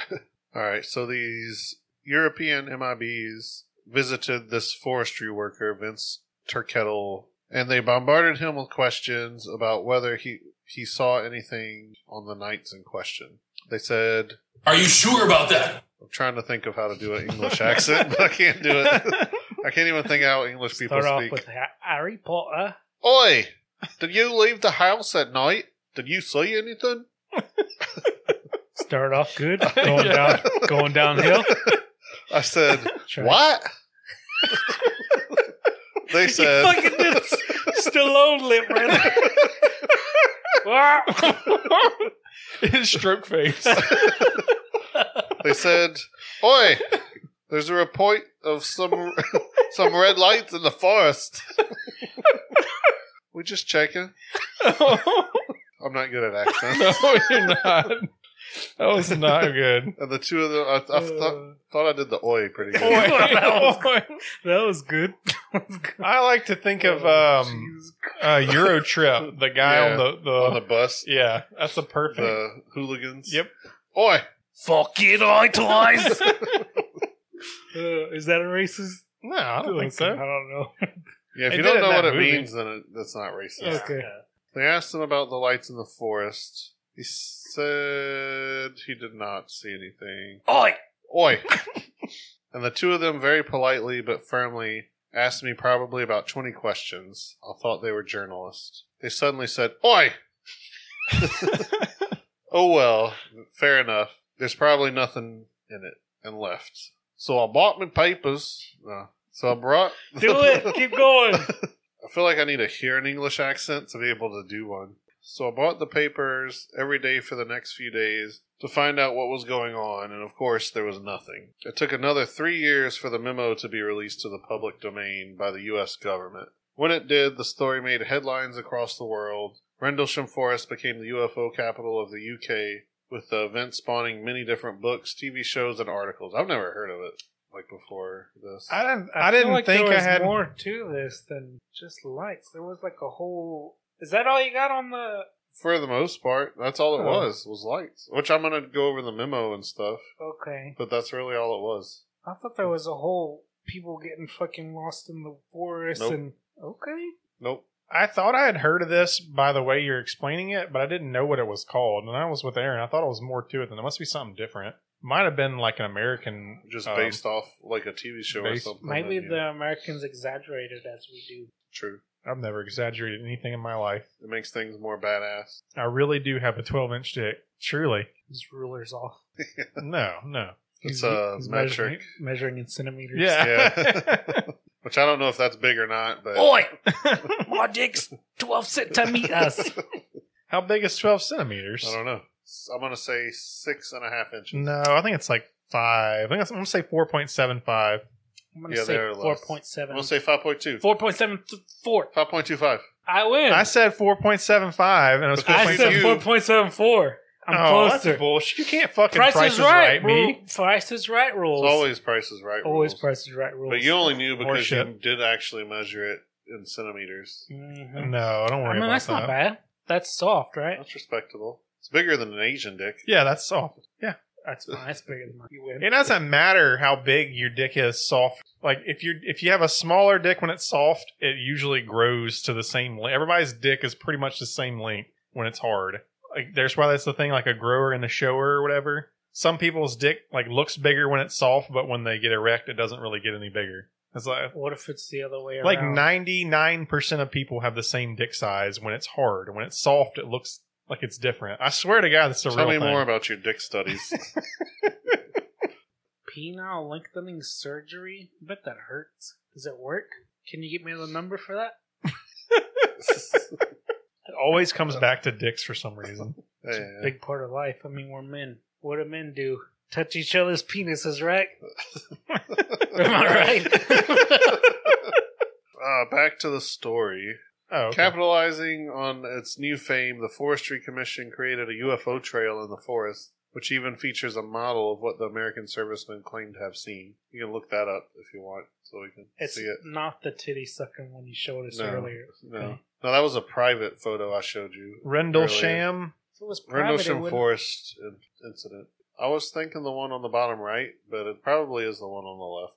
All right, so these European MIBs visited this forestry worker, Vince Turkettle, and they bombarded him with questions about whether he, he saw anything on the nights in question. They said,
Are you sure about that?
I'm trying to think of how to do an English accent, but I can't do it. I can't even think how English people
Start off
speak.
with Ha- Harry Potter.
Oi! Did you leave the house at night? Did you see anything?
Start off good, going down, going downhill.
I said,
Try-
What? they
You
said,
fucking did s- Stallone lip right there.
His stroke face.
They said, Oi, there's a report of some some red lights in the forest. we just checking. I'm not good at accents.
no, you're not. That was not good.
And the two of them, I,
Uh,
I
Uh,
thought- thought I did the oi pretty good.
Oi.
Boy, boy.
that was good. That was good.
I like to think of um,
Jesus.
uh, Euro Trip, the guy
Yeah,
on the, the,
On the bus,
yeah, that's a perfect.
the hooligans.
Yep.
Oi,
Fucking eye ties. Uh, is that a racist?
no, I don't think
I
so.
don't know.
Yeah, if
They
you
did it
don't
in
know what
that
it
movie.
means, then it, that's not racist.
Okay.
They asked him about the lights in the forest. He said he did not see anything.
Oi!
Oi! and the two of them very politely but firmly asked me probably about 20 questions. I thought they were journalists. They suddenly said, Oi! oh well, fair enough. There's probably nothing in it and left. So I bought my papers. Uh, so I brought.
Do it. Keep going.
I feel like I need to hear an English accent to be able to do one. So I bought the papers every day for the next few days to find out what was going on, and of course, there was nothing. It took another three years for the memo to be released to the public domain by the US government. When it did, the story made headlines across the world. Rendlesham Forest became the UFO capital of the UK, with the event spawning many different books, TV shows, and articles. I've never heard of it like before this.
I didn't.
I,
I, didn't
feel like
think
there
I
was
had.
more to this than just lights. There was like a whole. Is that all you got on the?
for the most part, that's all it
Oh.
was was lights. Which I'm gonna go over the memo and stuff,
Okay,
but that's really all it was.
I thought there was a whole people getting fucking lost in the forest
Nope.
and. Okay.
Nope.
I thought I had heard of this by the way you're explaining it, but I didn't know what it was called. And I was with Aaron. I thought it was more to it than there must be something different. Might have been like an American,
Just
um,
based off like a TV show
based-
or something.
Maybe
that you-
the Americans exaggerated as we do.
true.
I've never exaggerated anything in my life.
It makes things more badass.
I really do have a 12 inch dick. Truly.
His ruler's off.
No, no.
It's a metric.
Measuring, measuring in centimeters.
Yeah.
Which I don't know if that's big or not, but
Oi! My dick's 12 centimeters.
How big is 12
I
centimeters?
don't know. S- I'm gonna say six and a half inches.
No, I think it's like five. I think it's, I'm going to say 4.75.
I'm going to
Yeah,
say
they're less. I'm
4.7.
gonna say five point two.
4.74.
Five point two five.
I win.
I said 4.75 and it was
I
I
4.7.
said
you-
4.74. I'm
oh, that's
closer.
bullshit. You can't fucking
Price, is right,
me.
rule. Price is right rules.
It's always prices right.
Always
rules.
Price is right rules.
But you only knew because you
Horseshit.
did actually measure it in centimeters.
Mhm.
No, don't
I
worry
mean,
about
that's
that.
not bad. That's soft, right?
That's respectable. It's bigger than an Asian dick.
Yeah, that's soft. Yeah.
That's fine. That's bigger than mine. You win.
It doesn't matter how big your dick is soft. Like if you if you have a smaller dick when it's soft, it usually grows to the same length. Everybody's dick is pretty much the same length when it's hard. Like there's why that's the thing like a grower and a shower or whatever. Some people's dick like looks bigger when it's soft, but when they get erect, it doesn't really get any bigger. It's like
What if it's the other way
like
around?
ninety nine percent of people have the same dick size when it's hard. When it's soft, it looks like it's different. I swear to God, that's the
Tell
real
me
thing.
more about your dick studies.
penile lengthening surgery. I bet that hurts. Does it work? Can you get me the number for that?
It always comes back to dicks for some reason.
It's
Yeah.
a big part of life. I mean, we're men. What do men do? Touch each other's penises, right? Am I right?
Uh, back to the story.
Oh, okay.
Capitalizing on its new fame, the Forestry Commission created a UFO trail in the forest, which even features a model of what the American servicemen claim to have seen. You can look that up if you want, so we can
it's
see it.
not the titty sucking one you showed us
No.
earlier.
No,
Okay.
no, that was a private photo I showed you.
Rendlesham.
If it was private, it
Rendlesham
wouldn't-
Forest in- incident. I was thinking the one on the bottom right, but it probably is the one on the left.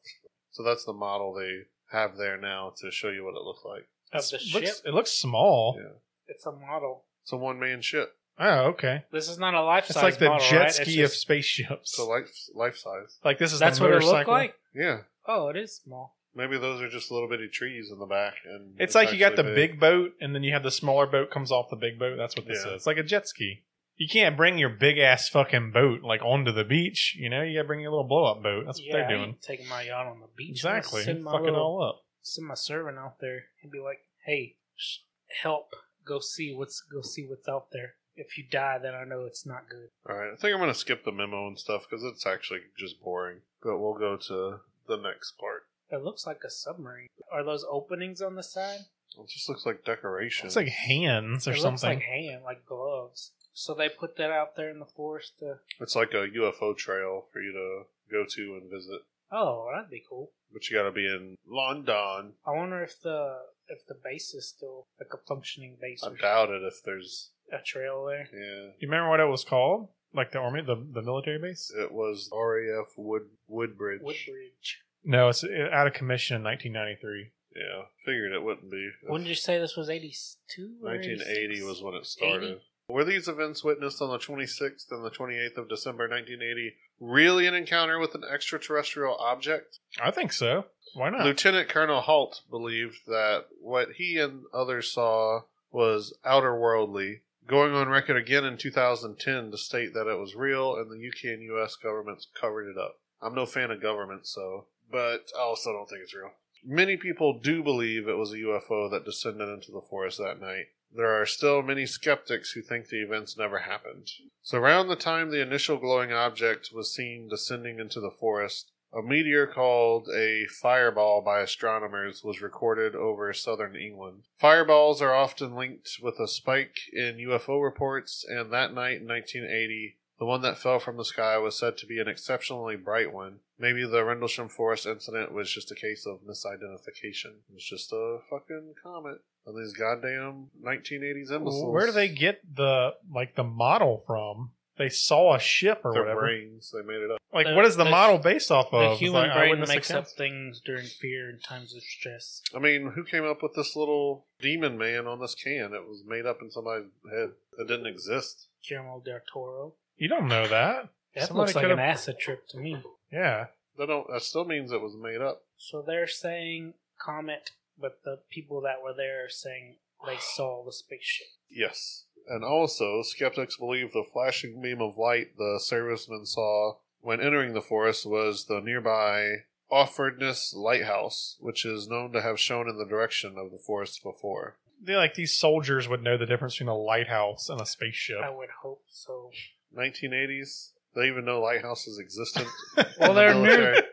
So that's the model they have there now to show you what it looks like.
of the
It
ship.
looks, it looks small.
Yeah.
It's a model.
It's a one man ship.
Oh, okay.
This is not a life
It's
size.
like the
model,
jet
right? It's
ski
just-
of spaceships.
It's a life life size.
like this is
That's
the
what it
motorcycle.
looked like.
Yeah.
Oh, it is small.
Maybe those are just little bitty trees in the back, and
It's, like you got the
actually
big boat, and then you have the smaller boat comes off the big boat. That's what this
Yeah.
is. It's like a jet ski. You can't bring your big ass fucking boat like onto the beach. You know, you got to bring your little blow up boat. That's what
Yeah, I
they're
ain't
doing.
Taking my yacht on the beach.
Exactly.
Send
Fucking
my, little,
all up.
send my servant out there and be like, "Hey, sh- help! Go see what's go see what's out there. If you die, then I know it's not good."
All right, I think I'm gonna skip the memo and stuff because it's actually just boring. But we'll go to the next part.
It looks like a submarine. Are those openings on the side?
It just looks like decoration.
It's like hands or
it looks
something.
like hand, like gloves. So they put that out there in the forest. To,
It's like a UFO trail for you to go to and visit,
oh, that'd be cool.
but you got to be in London.
I wonder if the if the base is still like a functioning base.
I
or
doubt it if there's.
a trail there.
Yeah,
you remember what it was called? Like the army, the, the military base?
it was RAF Wood Woodbridge.
Woodbridge.
No, it's uh, out of commission in 1993.
Yeah, figured it wouldn't be.
When did you say this was eighty two?
1980 was when it started.
80?
Were these events witnessed on the 26th and the 28th of December 1980 really an encounter with an extraterrestrial object?
I think so. Why not?
Lieutenant Colonel Halt believed that what he and others saw was outerworldly, going on record again in 2010 to state that it was real and the UK and US governments covered it up. I'm no fan of government, so, but I also don't think it's real. Many people do believe it was a UFO that descended into the forest that night. There are still many skeptics who think the events never happened. So, around the time the initial glowing object was seen descending into the forest, a meteor called a fireball by astronomers was recorded over southern England. Fireballs are often linked with a spike in UFO reports, and that night in 1980, the one that fell from the sky was said to be an exceptionally bright one. Maybe the Rendlesham Forest incident was just a case of misidentification. It's just a fucking comet. And these goddamn 1980s imbeciles.
Where do they get the like the model from? They saw a ship or
their
whatever.
brains? They made it up.
Like,
The-
what is the
the-
model based off of?
The
It's
human
like
brain
eyewitness
makes up
accounts.
things during fear and times of stress.
I mean, who came up with this little demon man on this can? It was made up in somebody's head. It didn't exist.
Guillermo del Toro.
You don't know that.
That
Somebody
looks like
could've-
an acid trip to me.
Yeah.
That don't. That still means it was made up.
So they're saying comet, but the people that were there are saying they saw the spaceship.
Yes. And also, skeptics believe the flashing beam of light the servicemen saw when entering the forest was the nearby Offordness Lighthouse, which is known to have shown in the direction of the forest before.
They like these soldiers would know the difference between a lighthouse and a spaceship.
I would hope so.
1980s. They even know lighthouses existed.
Well, they're
in the
near.
military.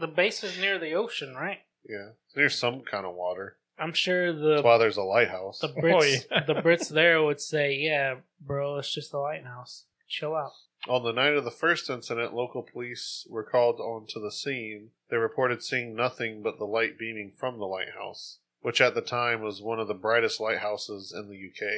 The base is near the ocean, right?
Yeah, it's near some kind of water.
I'm sure
That's
the
why there's a lighthouse.
the Brits
Oh, yeah.
the Brits there would say, "Yeah, bro, it's just a lighthouse. Chill out."
On the night of the first incident, local police were called onto the scene. They reported seeing nothing but the light beaming from the lighthouse, which at the time was one of the brightest lighthouses in the UK.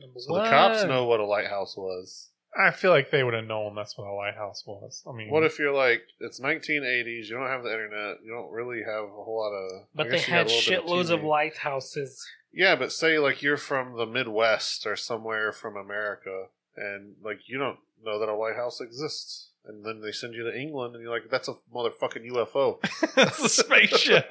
Number
So the cops
one.
know what a lighthouse was.
I feel like they would have known that's what a lighthouse was. I mean,
Mm-hmm.
What if you're like, it's 1980s, you don't have the internet, you don't really have a whole lot of. I
But they
guess you got
had
a little bit
shitloads of
TV.
lighthouses.
Yeah, but say like you're from the Midwest or somewhere from America, and like you don't know that a lighthouse exists, and then they send you to England, and you're like, "That's a motherfucking UFO.
that's a spaceship?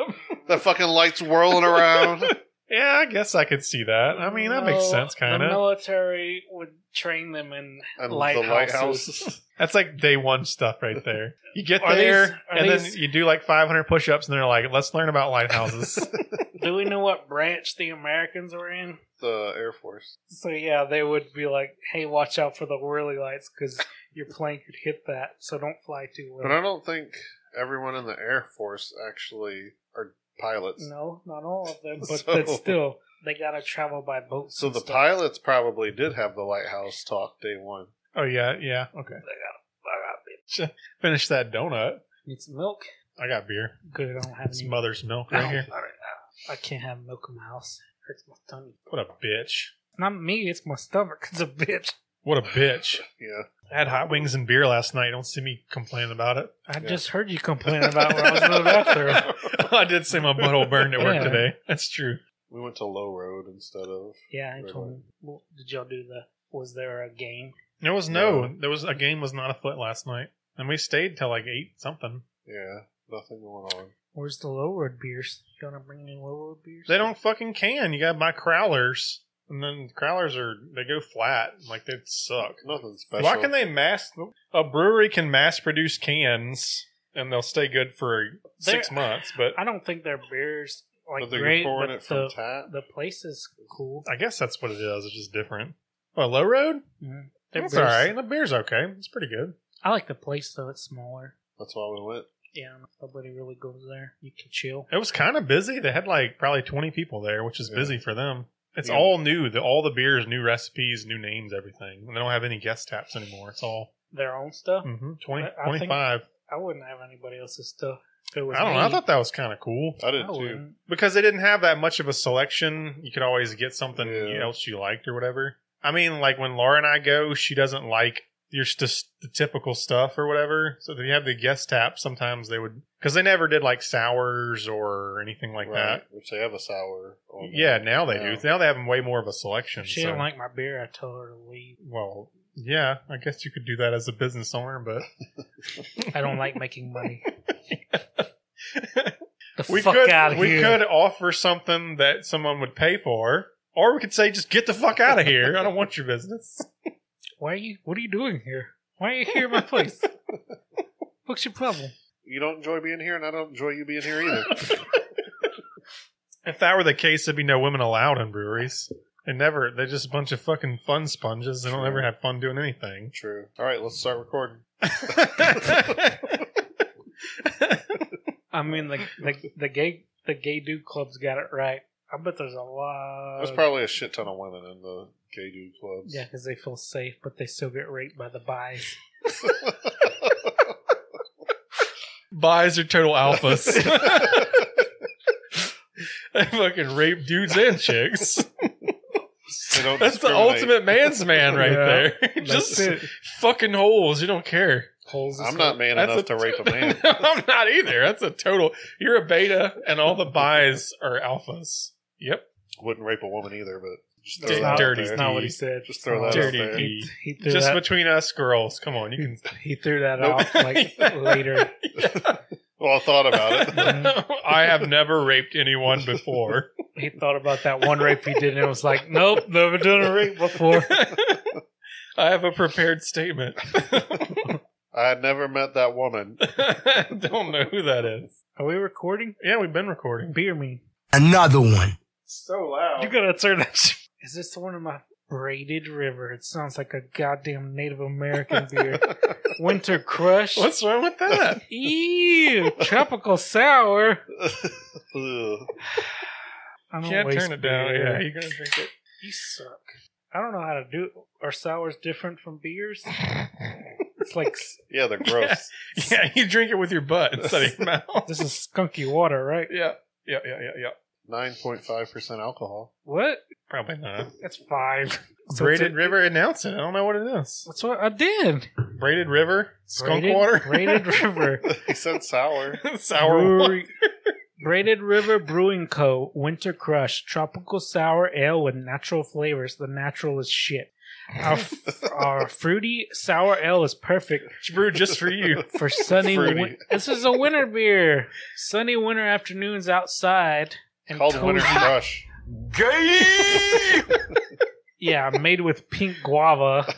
that fucking light's whirling around."
yeah, I guess I could see that. I mean, that makes
No,
sense, kind
The
of.
military would train them in
And the
lighthouses.
lighthouse.
That's like day one stuff right there. You get
Are
there,
these- are
and
these-
then you do like 500 push ups, and they're like, let's learn about lighthouses.
Do we know what branch the Americans were in?
the Air Force.
So yeah, they would be like, "Hey, watch out for the whirly lights because your plane could hit that. So don't fly too
But I
well."
don't think everyone in the Air Force actually are pilots.
No, not all of them, but
So-
that's still they gotta travel by boat.
So
and
the
stuff.
pilots probably did have the lighthouse talk day one.
oh, yeah, yeah. Okay.
They gotta- I gotta be-
Finish that donut.
Need some milk?
I got beer.
Good, I don't have
It's
any.
mother's milk
I
right
don't-
here.
I don't- I can't have milk in my house. It hurts my tummy.
What a bitch.
Not me. It's my stomach. It's a bitch.
What a bitch.
Yeah,
I had hot wings and beer last night. Don't see me complaining about it.
I
Yeah.
just heard you complain about when I was in the bathroom.
I did say my butthole burned at work
Yeah.
today. That's true.
we went to Low Road instead of.
Yeah, I
Red
told
light.
him. Well, did y'all do the? Was there a game?
There was no,
No.
there was a game was not afoot last night. And we stayed till like eight something.
Yeah, nothing going on.
Where's the low road beers? You gonna bring any low road beers?
They don't fucking can. You got to buy crowlers, and then crowlers are they go flat. Like they suck.
Nothing special.
Why can they mass? A brewery can mass produce cans, and they'll stay good for 6
They're-
months. But
I don't think their beers like
But they're
great,
pouring
but
it from
the,
tap?
the place is cool.
I guess that's what it is. It's just different. Oh, low road.
Mm-hmm. Their
That's all
beer's-
right. The beer's okay. It's pretty good.
I like the place though. It's smaller.
That's why we went.
Yeah, nobody really goes there. You can chill.
It was kind of busy. They had like probably 20 people there, which is
Yeah.
busy for them. It's
Yeah.
all new. The, all the beers, new recipes, new names, everything. And they don't have any guest taps anymore. It's all
Their own stuff.
hmm
I-
20,
I think-
25.
I wouldn't have anybody else's stuff. If it was
I don't know.
me,
I thought that was kind of cool
I did
I
too.
wouldn't.
because they didn't have that much of a selection. You could always get something
Yeah.
else you liked or whatever. I mean, like when Laura and I go, she doesn't like your just the typical stuff or whatever. So if you have the guest tap, sometimes they would because they never did like sours or anything like that.
Which they have a sour. On
Yeah, now they
Yeah.
do. Now they have way more of a selection.
If she
so-
didn't like my beer, I tell her to leave.
well, yeah, I guess you could do that as a business owner, but
I don't like making money. the
we
fuck
could
out of
we
here.
could offer something that someone would pay for, or we could say just get the fuck out of here. I don't want your business.
Why are you? What are you doing here? Why are you here in my place? What's your problem?
You don't enjoy being here, and I don't enjoy you being here either.
If that were the case, there'd be no women allowed in breweries. They never. They're just a bunch of fucking fun sponges. They don't ever have fun doing anything.
True. All right, let's start recording.
I mean, the the, the gay the gay dude club's got it right. I bet there's a lot.
There's probably a shit ton of women in the gay dude clubs.
Uh, yeah, because they feel safe, but they still get raped by the buys.
Buys are total alphas. they fucking rape dudes and chicks.
They don't
That's the
discriminate.
ultimate man's man right
Yeah.
there.
That's
just
it.
fucking holes. You don't care.
Holes. is
I'm not
like-
man
That's
enough
a-
to rape a man.
I'm not either. That's a total. You're a beta, and all the buys are alphas. Yep.
Wouldn't rape a woman either, but just
That's
throw
Dirty,
that out
not,
dirty.
there.
That's not what he said.
Just throw that
Dirty
out there.
D.
He, he threw
Just
that,
between us girls. Come on, you can.
he threw that
Nope.
off like later.
Well, I thought about it.
I have never raped anyone before.
He thought about that one rape he did and it was like, nope, never done a rape before.
I have a prepared statement.
I had never met that woman.
Don't know who that is.
Are we recording?
Yeah, we've been recording.
Beer me.
Another one.
So loud.
You gotta turn that. shit- Is this the one of my braided river? It sounds like a goddamn Native American beer. Winter Crush.
What's wrong with that?
Ew, tropical sour.
Ugh.
I don't
Can't
waste
turn it down.
beer.
Yeah, you're gonna drink it.
You suck. I don't know how to do. It. Are sours different from beers? it's like s-
Yeah, they're gross.
Yeah, you drink it with your butt instead of your mouth.
this is skunky water, right?
Yeah, yeah, yeah, yeah, yeah.
Nine point five percent alcohol.
What?
Probably not.
That's five. So
Braided
it's a-
River announced it. I don't know what it is.
That's what I did.
Braided River, skunk
Braided-
water,
Braided River.
he said sour.
sour water.
Brewery- Braided River Brewing Co. Winter Crush Tropical Sour Ale with natural flavors. The natural is shit. Our, f- our fruity sour ale is perfect
It's brewed just for you.
for sunny.
Fruity.
Win- this is a winter beer. Sunny winter afternoons outside. And
Called Winter
cozy-
Crush.
Yeah, made with pink guava,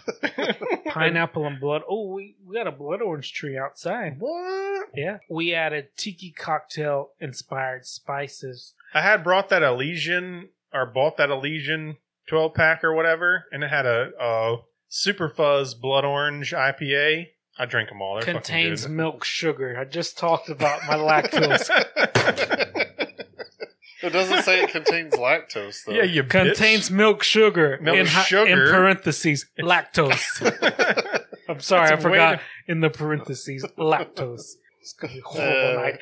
pineapple, and blood. Oh, we, we got a blood orange tree outside.
what?
Yeah. We added tiki cocktail inspired spices.
I had brought that Elysian or bought that Elysian 12 pack or whatever, and it had a, a Super Fuzz Blood Orange IPA. I drink them all. They're fucking
Contains
good.
milk sugar. I just talked about my lactose.
It doesn't say it contains lactose though.
yeah, you
Contains milk sugar.
Milk
in, hi-
sugar?
in parentheses, lactose.
bitch.
I'm sorry, I
That's a way
forgot in the parentheses, lactose. It's gonna be a horrible
Uh.
night.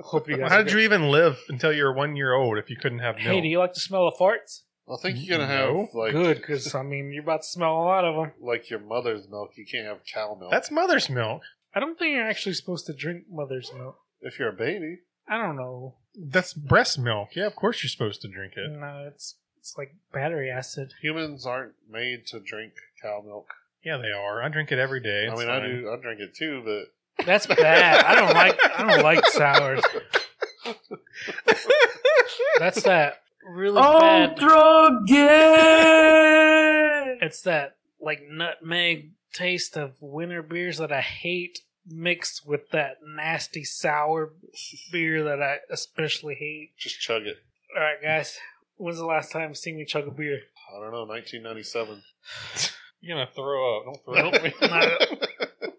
Hope you guys.
How
are
did you even live until you were one year old if you couldn't have
good.
milk?
Hey, do you like the smell of farts?
I think you're gonna have
No.
like
Good, because I mean, you're about to smell a lot of them.
like your mother's milk. You can't have cow milk.
That's mother's milk.
I don't think you're actually supposed to drink mother's milk.
if you're a baby.
I don't know.
That's breast milk. Yeah, of course you're supposed to drink it.
No, it's it's like battery acid.
Humans aren't made to drink cow milk.
Yeah, they are. I drink it every day.
I
It's
mean, I
fine.
do. I drink it too, but
That's bad. I don't like. I don't like sours. That's that really
Oh,
bad.
drug
It's that like nutmeg taste of winter beers that I hate mixed with that nasty sour beer that I especially hate.
Just chug it.
All right, guys. When's the last time you seen me chug a beer?
I don't know, 1997.
You're gonna throw up. Don't throw up.
Not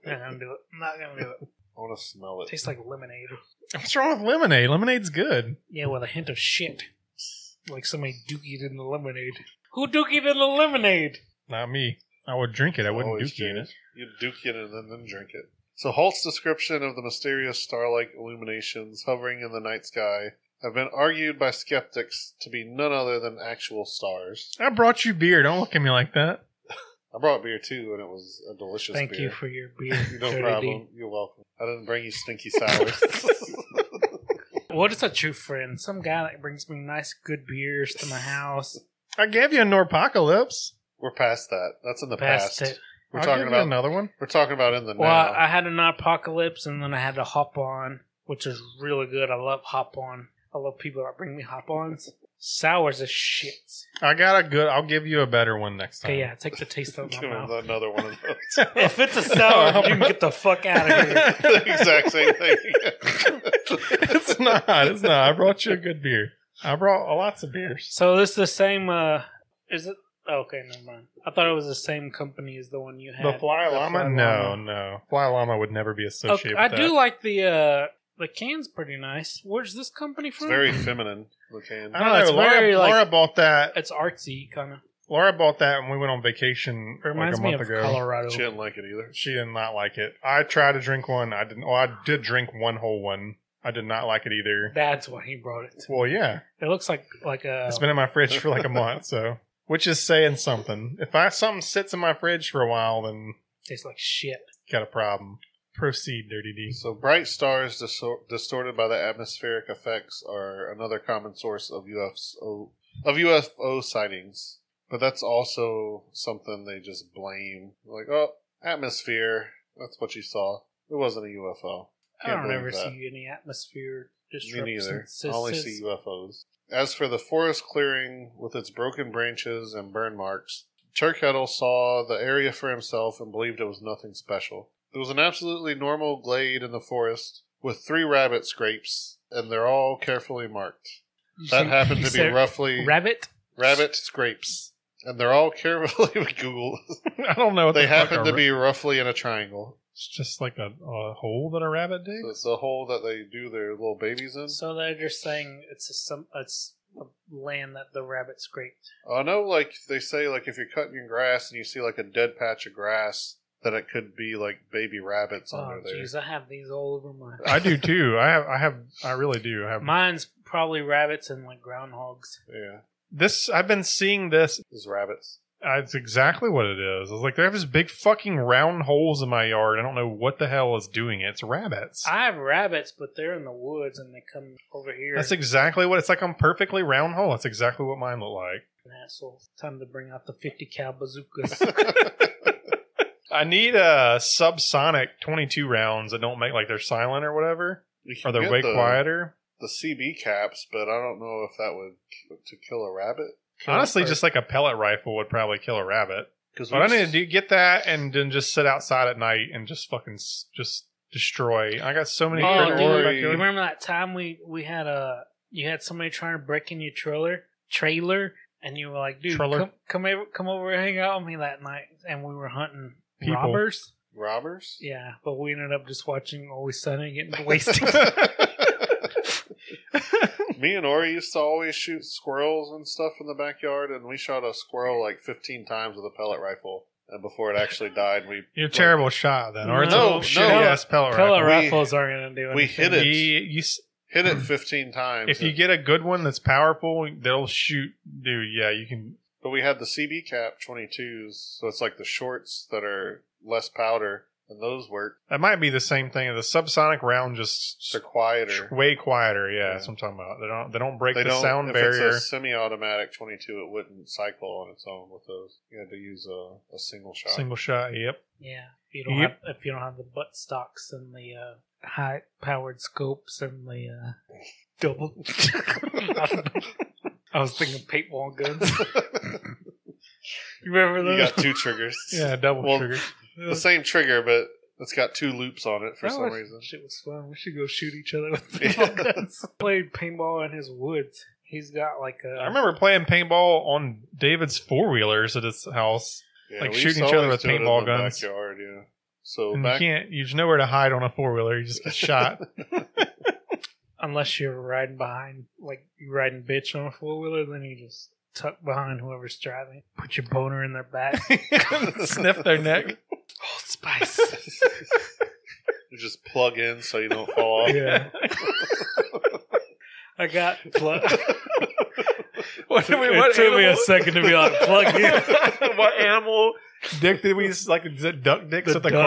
gonna do it. Not gonna do it.
I want to smell it.
Tastes like lemonade.
What's wrong with lemonade? Lemonade's good.
Yeah, with a hint of shit. Like somebody dookied in the lemonade. Who dookied in the lemonade?
Not me. I would drink it. I wouldn't
Always
do it.
You duke it and then, then drink it. So Holt's description of the mysterious star-like illuminations hovering in the night sky have been argued by skeptics to be none other than actual stars.
I brought you beer. Don't look at me like that.
I brought beer too, and it was a delicious
Thank
beer.
you for your beer.
No
Jody
problem. You're welcome. I didn't bring you stinky sours.
D. What is a true friend? Some guy that brings me nice, good beers to my house.
I gave you a Norpocalypse.
We're past that. That's in the
Past
past.
it.
We're
I'll
talking
give
about
you another one.
We're talking about in the
Well,
now.
I had an apocalypse, and then I had to hop on, which is really good. I love hop on. I love people that bring me hop ons. Sours as shit.
I got a good. I'll give you a better one next time.
Okay, yeah, take the taste out of
Give
my
him
mouth.
another one of those.
If it's a sour, you can get the fuck out of here.
the exact same thing.
it's not. It's not. I brought you a good beer. I brought lots of beers.
So this is the same. uh Is it? oh, Okay, never mind. I thought it was the same company as the one you had.
The Fly Llama?
Fly
no,
Llama.
no. Fly Llama would never be
Okay,
associated
I
with that.
do like the uh the can's pretty nice. Where's this company
It's
from?
very feminine looking.
I don't
No,
know.
it's
Laura,
very, like-
Laura bought that.
It's artsy kind of.
Laura bought that when we went on vacation
Reminds
like a
me of
month ago.
Colorado.
She didn't like it either.
She did not like it. I tried to drink one. I didn't. Oh, I did drink one whole one. I did not like it either.
That's why he brought it.
Well, yeah.
It looks like like uh, a
It's been in my fridge for like a month, so which is saying something. If I something sits in my fridge for a while, then
tastes like shit.
got a problem. Proceed, Dirty D.
So bright stars distor- distorted by the atmospheric effects are another common source of UFO of UFO sightings. But that's also something they just blame like, "Oh, atmosphere. That's what you saw. It wasn't a UFO."
I
Can't
don't ever
believe that.
see any atmosphere
Me neither.
disruptions.
I only see UFOs. As for the forest clearing with its broken branches and burn marks, Turkettle saw the area for himself and believed it was nothing special. It was an absolutely normal glade in the forest with three rabbit scrapes, and they're all carefully marked. That happened to be roughly
rabbit.
rabbit scrapes, and they're all carefully Google.
I don't know. What
They
the fuck
happen
a
to
ra-
be roughly in a triangle.
It's just like a, a hole that a rabbit
So
digs.
it's the hole that they do their little babies in.
So they're just saying it's a, some it's a land that the rabbit scraped.
I know, like they say, like if you're cutting your grass and you see like a dead patch of grass, that it could be like baby rabbits
Oh
under there.
jeez, I have these all over my.
I do too. I have. I have. I really do. I have
Mine's probably rabbits and like groundhogs.
Yeah,
this. I've been seeing this.
it's rabbits.
That's exactly what it is. I was like, they have this big fucking round holes in my yard. I don't know what the hell is doing it. It's rabbits.
I have rabbits, but they're in the woods and they come over here.
That's
That's a
exactly what it's like. I'm perfectly round hole. That's exactly what mine look like.
asshole. Time to bring out the fifty cal bazookas. Oh,
I need a subsonic 22 rounds that don't make like they're silent or whatever,
You can
or they're
get
way
the,
quieter.
The CB caps, but I don't know if that would k- to kill a rabbit.
Honestly, just like a pellet rifle would probably kill a rabbit.
because
What I need to do get that and then just sit outside at night and just fucking s- just destroy. I got so many.
Oh,
critters in my
dude.
You
backyard.
remember that time we we had a you had somebody trying to break in your trailer trailer and you were like, dude,
Trailer.
come come over, come over and hang out with me that night, and we were hunting
People.
robbers.
robbers.
Yeah, but we ended up just watching Always Sunny and getting wasted.
Me and Ori used to always shoot squirrels and stuff in the backyard, and we shot a squirrel like 15 times with a pellet rifle. And before it actually died, we
You're a
like,
terrible shot then, or it's
No,
a
no.
shitty ass pellet,
Pellet
We-
rifles aren't gonna do anything.
we hit
rifle.
it.
You- you s-
hit it 15 times.
if you get a good one that's powerful, they'll shoot, dude. Yeah, you can.
But we had the CB cap 22s, so it's like the shorts that are less powder, and those work.
That might be the same thing. The subsonic round just
They're quieter.
way quieter. Yeah,
Yeah.
that's what I'm talking about. They don't they don't break
They
the
don't.
sound
if
barrier.
it's a semi-automatic 22, it wouldn't cycle on its own with those. You had to use a, a single shot.
Single shot. Yep.
Yeah, if you don't
Yep.
have if you don't have the butt stocks and the uh, high powered scopes and the uh, Double. I was thinking paintball guns. you remember
You
those?
got two triggers.
Yeah, double
Well,
sugar.
The same trigger, but it's got two loops on it for
That
some
was-
reason.
Shit was fun. We should go shoot each other with
Yeah.
paintball guns. Played paintball in his woods. He's got like a.
I remember playing paintball on David's four wheelers at his house.
Yeah,
Like
we
shooting
used to
each other
always
with
do it in
paintball
the
guns.
Backyard, yeah. So
And you
back,
can't. There's nowhere to hide on a four wheeler. You just get shot.
Unless you're riding behind, like you riding bitch on a four wheeler, then you just tuck behind whoever's driving. Put your boner in their back.
Sniff their neck.
Old Spice.
you just plug in so you don't fall off.
yeah. I got plug.
What,
it took me a second to be like plug in.
what animal dick did we like is it duck dicks
The
with the
duck.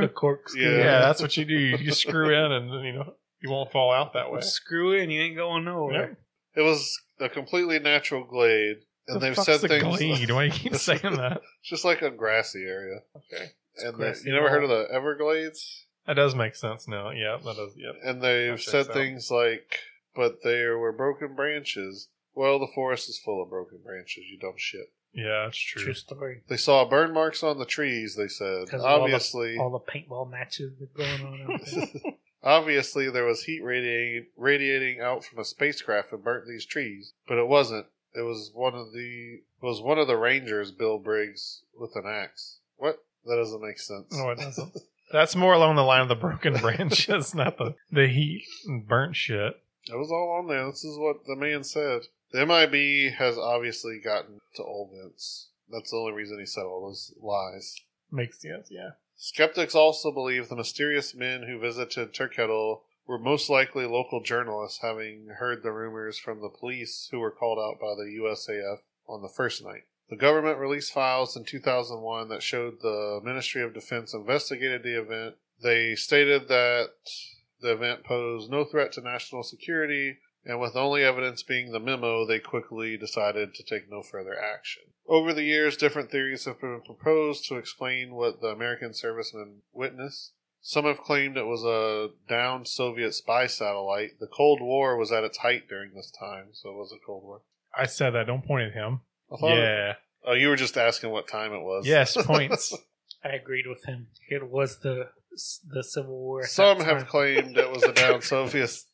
The corkscrew.
yeah.
Yeah.
that's what you do. You, you screw in, and then, you know you won't fall out that way.
Screw in, you ain't going nowhere.
It was a completely natural glade, and
The
they've
fuck's
said
the
things
glade? Why you keep saying that?
just like a grassy area. Okay, and they-
grassy
you never
ball.
heard of the Everglades?
That does make sense now. Yeah, that does. Yep.
and they've
Okay,
said
so-
things like, "But there were broken branches." Well, the forest is full of broken branches. You dumb shit.
Yeah, it's true.
True story.
They saw burn marks on the trees. They said,
'Cause of all the-
obviously,
All the paintball matches that going on out there.
obviously there was heat radiating radiating out from a spacecraft and burnt these trees, but it wasn't. It was one of the it was one of the rangers, Bill Briggs, with an axe. What? That doesn't make sense.
No, it doesn't. That's more along the line of the broken branches, not the the heat and burnt shit.
It was all on there. This is what the man said. The MIB has obviously gotten to old Vince. That's the only reason he said all those lies.
Makes sense. Yeah.
Skeptics also believe the mysterious men who visited Turkettle were most likely local journalists having heard the rumors from the police who were called out by the USAF on the first night. The government released files in 2001 that showed the Ministry of Defense investigated the event. They stated that the event posed no threat to national security, and with only evidence being the memo, they quickly decided to take no further action. Over the years, different theories have been proposed to explain what the American servicemen witnessed. Some have claimed it was a downed Soviet spy satellite. The Cold War was at its height during this time, so it was a Cold War.
I said that. Don't point at him.
I thought it-
Yeah.
oh, you were just asking what time it was.
Yes. Points.
I agreed with him. It was the the Civil War. at
Some
that
have
time.
claimed it was a downed Soviet s-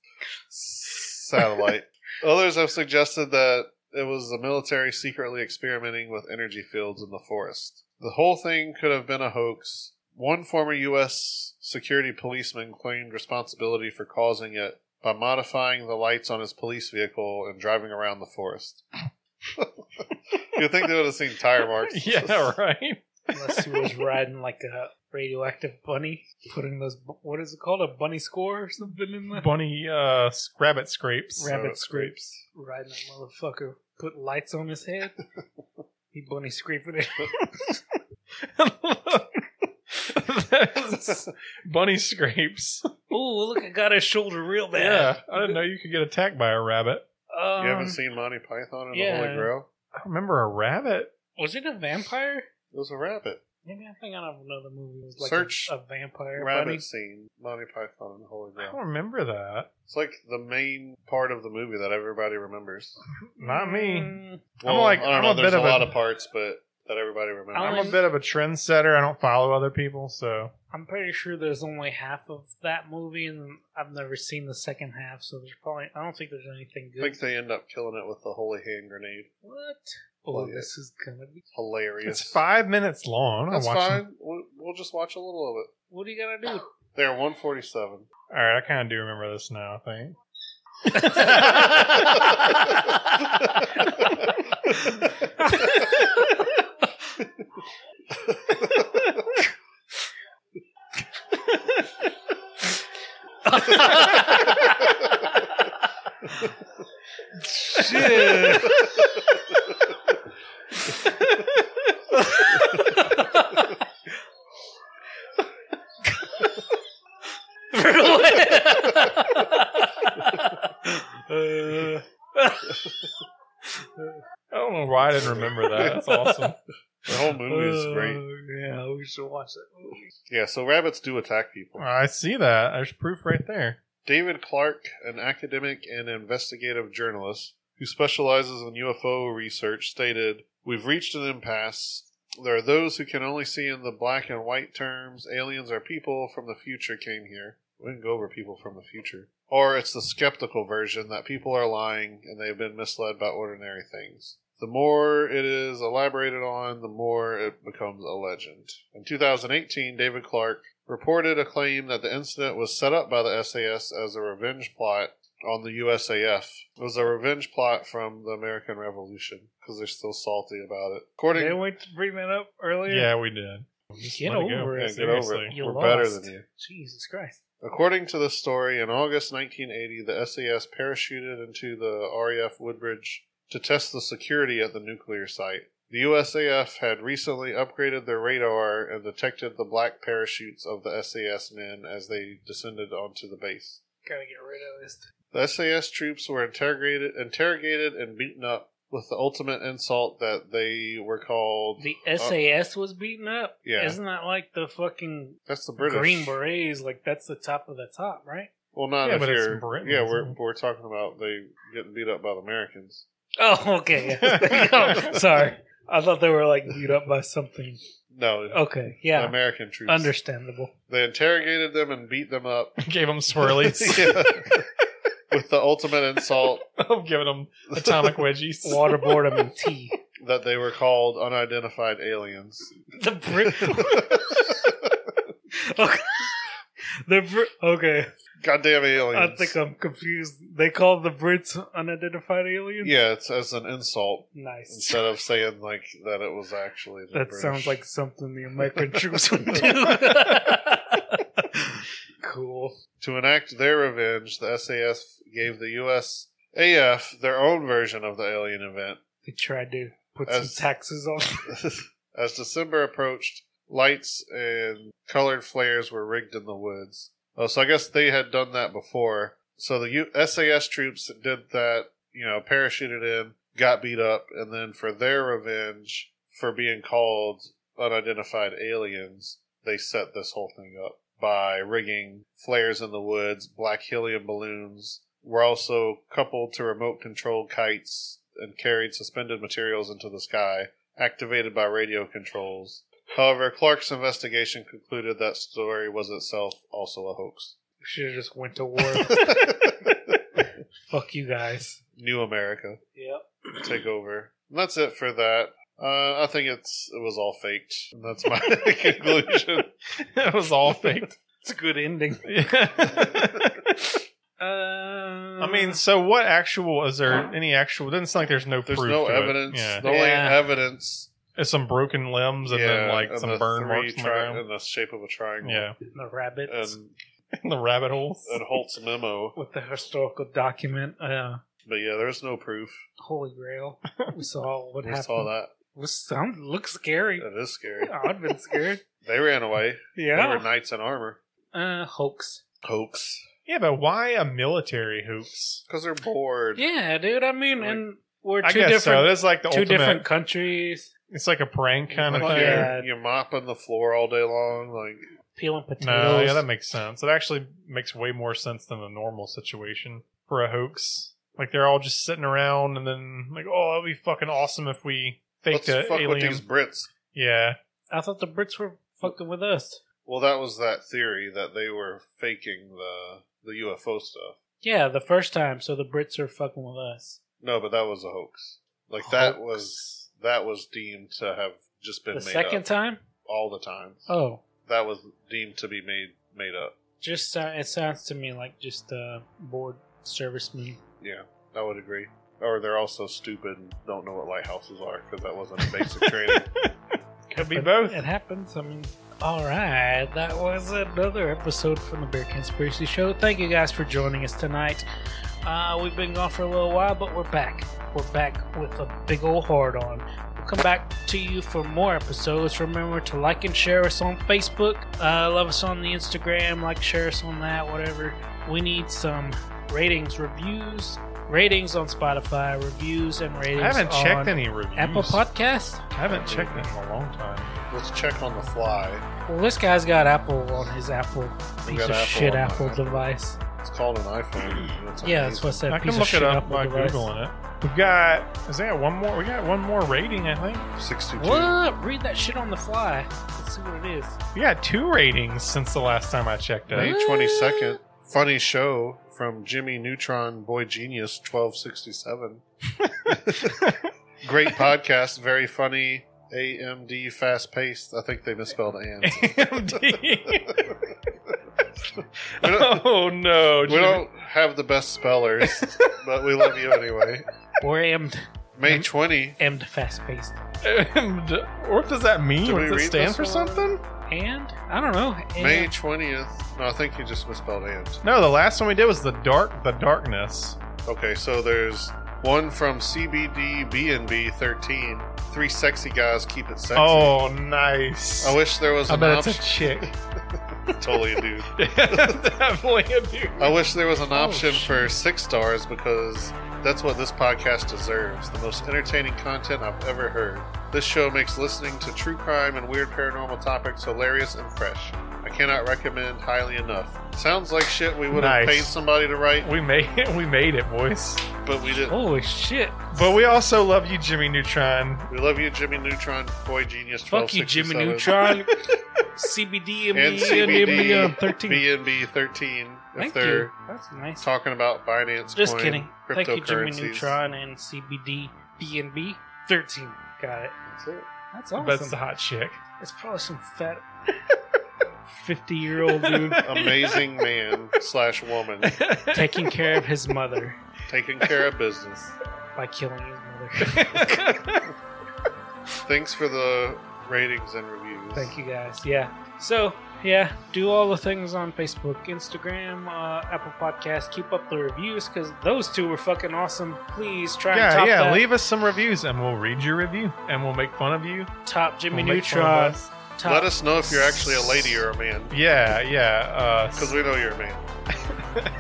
satellite. Others have suggested that it was the military secretly experimenting with energy fields in the forest. The whole thing could have been a hoax. One former U.S. security policeman claimed responsibility for causing it by modifying the lights on his police vehicle and driving around the forest. You'd think they would have seen tire marks.
yeah. Right.
Unless he was riding like a radioactive bunny, putting those bu- what is it called a bunny score or something in the
Bunny uh, s- rabbit scrapes.
rabbit
Rabbit
scrapes. Riding that motherfucker, put lights on his head. he bunny scraping it.
That's- bunny scrapes.
Ooh, look! I got his shoulder real
Yeah.
bad.
I didn't know you could get attacked by a rabbit.
Um,
You haven't seen Monty Python and the
yeah.
Holy Grail?
I remember a rabbit.
Was it a vampire?
It was a rabbit.
Maybe I think I don't know the movie. It was like
Search
a, a vampire
rabbit
bunny.
scene, Monty Python and the Holy
I
Grail.
don't remember that.
It's like the main part of the movie that everybody remembers.
Not me.
Mm,
I'm like-
I don't
I'm
know.
a bit
there's a
of a-
lot of parts, but that everybody
I'm
remembers.
I'm a bit of a trendsetter. I don't follow other people, so
I'm pretty sure there's only half of that movie, and I've never seen the second half, so there's probably I don't think there's anything
I
good.
think they end up killing it with the holy hand grenade.
What? Oh,
Yeah.
this is gonna be.
Hilarious.
it's five minutes long. I'm not
That's
watching-
fine. We'll, we'll just watch a little of it.
What are you gonna do?
They're 147.
All right, I kind of do remember this now. I think.
Shit.
Uh, I don't know why I didn't remember that. That's awesome.
The whole movie
Uh.
is great.
Oh, yeah, we should watch that movie.
Uh,
Yeah, so rabbits do attack people.
I see that. There's proof right there.
David Clark, an academic and investigative journalist who specializes in UFO research, stated, We've reached an impasse. There are those who can only see in the black and white terms. Aliens are people from the future came here. We can go over people from the future. Or it's the skeptical version that people are lying and they've been misled by ordinary things. The more it is elaborated on, the more it becomes a legend. In 2018, David Clark reported a claim that the incident was set up by the SAS as a revenge plot on the USAF. It was a revenge plot from the American Revolution because they're still salty about it. According
Did we bring that up earlier?
Yeah, we did.
Get
let it go.
over
Yeah,
it.
get over
seriously.
it.
You
We're
lost.
better than you.
Jesus Christ.
According to the story, in August 1980, the SAS parachuted into the RAF Woodbridge to test the security at the nuclear site. The USAF had recently upgraded their radar and detected the black parachutes of the SAS men as they descended onto the base.
Gotta get rid of this.
The SAS troops were interrogated, interrogated and beaten up with the ultimate insult that they were called.
The SAS was beaten up.
Oh, uh, Yeah.
Isn't that like the fucking
That's the British.
Green Berets? Like that's the top of the top, right?
Well, not
Yeah,
if
but it's
you're.
Britain,
yeah,
isn't
we're,
it?
we're talking about they getting beat up by the Americans.
Oh, okay. yeah. Oh, sorry. I thought they were like beat up by something.
No,
Okay,
the
Oh, yeah.
American troops.
Understandable.
They interrogated them and beat them up
Gave them swirlies.
Yeah. with the ultimate insult
I'm giving them atomic wedgies.
Waterboard them and tea.
that they were called unidentified aliens.
The Brit. Okay. The Br- okay,
Goddamn aliens.
I think I'm confused. They call the Brits unidentified aliens.
yeah, it's as an insult
Nice.
instead of saying like that it was actually the
That
British.
sounds like something the American troops would do. cool.
to enact their revenge. The SAS gave the U.S. AF their own version of the alien event.
They tried to put
That's-
some taxes on.
As December approached, lights and colored flares were rigged in the woods. Oh, so I guess they had done that before. So the U- SAS troops did that, you know, parachuted in, got beat up, and then for their revenge for being called unidentified aliens, they set this whole thing up by rigging flares in the woods, black helium balloons were also coupled to remote controlled kites and carried suspended materials into the sky activated by radio controls. However, Clark's investigation concluded that story was itself also a hoax.
Should have just went to war. Fuck you guys.
New America
Yep.
take over. And that's it for that. Uh, I think it's it was all faked. And that's my conclusion.
it was all faked.
It's a good ending. Uh,
I
I
mean, so what actual is there any actual? It doesn't sound like there's no
There's
proof.
no
to it.
evidence.
Yeah,
The only
Yeah.
evidence,
it's some broken limbs and then
yeah,
like
and
some
the
burn
three
marks on the
tri-
ground.
in the shape of a triangle.
Yeah,
the rabbits
and,
the rabbit holes.
and Holt's memo.
with the historical document. Uh,
But yeah, there's no proof.
Holy Grail. We saw what
We
happened.
saw that.
Was sound looks scary.
That is scary.
I'd been scared.
They ran away. They were
Yeah.
knights in armor.
Uh, hoax.
Hoax.
Yeah, but why a military hoax?
Because they're bored.
Yeah, dude. I mean, and we're
I
two
guess so.
different,
That's like the
two
ultimate.
different countries
It's like a prank kind of
Like,
thing.
yeah.
you're, you're mopping the floor all day long. Like
peeling potatoes.
No, yeah, that makes sense. It actually makes way more sense than a normal situation for a hoax. Like they're all just sitting around and then like, oh, that'd be fucking awesome if we
let's
faked a
fuck with
alien.
these Brits.
Yeah,
I thought the Brits were fucking with us.
Well, that was that theory that they were faking the the UFO stuff.
Yeah, the first time. So the Brits are fucking with us.
No, but that was a hoax. Like that was that was deemed to have just been
The
made
second
up
time?
all the time.
Oh.
That was deemed to be made made up.
Just so- it sounds to me like just uh, bored servicemen.
Yeah, I would agree. Or they're also stupid and don't know what lighthouses are because that wasn't a basic training.
could be
But
both.
It happens. I mean, all right. That was another episode from the Bear Conspiracy Show. Thank you guys for joining us tonight. Uh, we've been gone for a little while, but we're back. We're back with a big old hard on. We'll come back to you for more episodes. Remember to like and share us on Facebook. Uh, love us on the Instagram. Like, share us on that, whatever. We need some ratings, reviews, ratings on Spotify, reviews and ratings
I haven't checked
on
any reviews.
Apple Podcasts.
I haven't checked it in a long time.
Let's check on the fly.
Well, this guy's got Apple on his Apple
We
piece of
got Apple
shit
on
Apple
mine.
device.
It's called an iPhone. and it's
Yeah, that's what I said.
I
piece
can
of
look
shit
it up
Apple
by
device.
googling it. We've got is that one more? We got one more rating, I think.
amazing. 62.
What? Read that shit on the fly. Let's see what it is.
We got two ratings since the last time I checked
May
it.
What?
22nd. Funny show from Jimmy Neutron Boy Genius 1267. Great podcast. Very funny. AMD fast paced. I think they misspelled and.
AMD.
We don't-
oh no!
We don't have the best spellers, but we love you anyway.
Or am
May 20.
am fast paced.
AMD. What does that mean?
Did
What
we
does it
read
stand
this
for
one?
something?
And I don't know. And
May 20th. No, I think you just misspelled and.
No, the last one we did was the dark, the darkness.
Okay, so there's one from CBD BNB 13. Three sexy guys keep it sexy.
Oh, nice.
I wish there was
I
an
bet it's
option.
a chick.
totally a dude.
Definitely a dude.
I wish there
Oh,
was an option for six stars because that's what this podcast deserves. The most entertaining content I've ever heard. This show makes listening to true crime and weird paranormal topics hilarious and fresh. I cannot recommend highly enough. Sounds like shit we would have
Nice.
paid somebody to write,
We made it. We made it, boys.
but we didn't.
holy shit!
But we also love you, Jimmy Neutron.
We love you, Jimmy Neutron, boy genius.
Fuck you, Jimmy
1267.
Neutron. CBD and,
and
me and me
CBD
on thirteen.
BNB thirteen. If
Thank
they're
you. That's nice.
talking about Binance,
Just
coin,
kidding. Thank you, Jimmy
cryptocurrencies,
Neutron and CBD BNB thirteen. Got it.
That's it.
That's
That's
awesome.
the hot chick.
It's probably some fat fifty-year-old dude
Amazing man slash woman
taking care of his mother
taking care of business.
by killing his mother.
Thanks for the ratings and reviews.
Thank you guys. Yeah. So yeah, do all the things on Facebook, Instagram, uh, Apple Podcasts. Keep up the reviews because those two were fucking awesome. Please try and
yeah,
top
yeah.
that.
Leave us some reviews, and we'll read your review, and we'll make fun of you.
top Jimmy
We'll make fun
Neutron.
of us.
Top
Let us know if you're actually a lady or a man,
Yeah, yeah.
because
Uh,
we know you're a man.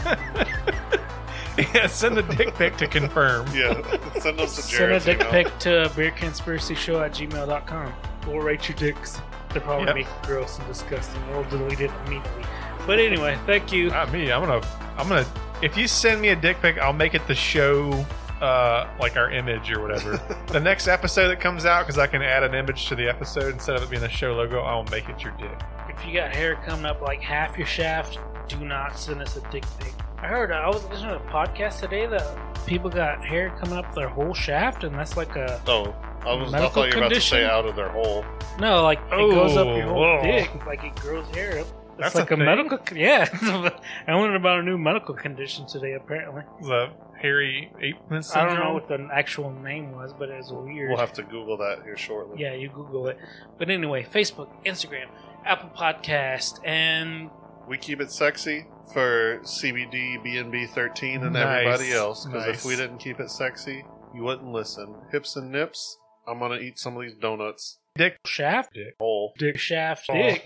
yeah, send a dick pic to confirm.
Yeah, send us a
Send a
Jared's
dick
email.
pic to beerconspiracyshow at gmail.com. We'll rate your dicks. They'll probably
Yep.
make you gross and disgusting. We'll delete it immediately. But anyway, thank you.
Not me. I'm gonna. I'm gonna. If you send me a dick pic, I'll make it the show, uh, like our image or whatever. the next episode that comes out, because I can add an image to the episode instead of it being the show logo. I'll make it your dick.
If you got hair coming up like half your shaft, do not send us a dick pic. I heard uh, I was listening to a podcast today that people got hair coming up their whole shaft, and that's like a
Oh, I was. I
Medical
thought you were about to say
condition?
out of their hole.
no, like it goes up your
Oh,
whole
whoa.
dick, like it grows hair up. That's, like
That's a
a,
thing?
medical, yeah. I learned about a new medical condition today. Apparently,
The hairy ape
I
syndrome.
don't know what the actual name was, but it was weird.
We'll have to Google that here shortly.
Yeah, you Google it. But anyway, Facebook, Instagram, Apple Podcast, and
We keep it sexy for CBD, BNB 13, and
Nice.
everybody else. Because if
Nice.
we didn't keep it sexy, you wouldn't listen. Hips and nips. I'm gonna eat some of these donuts.
Dick
Shaft.
Whole.
Dick Shaft.
Oh.
Dick.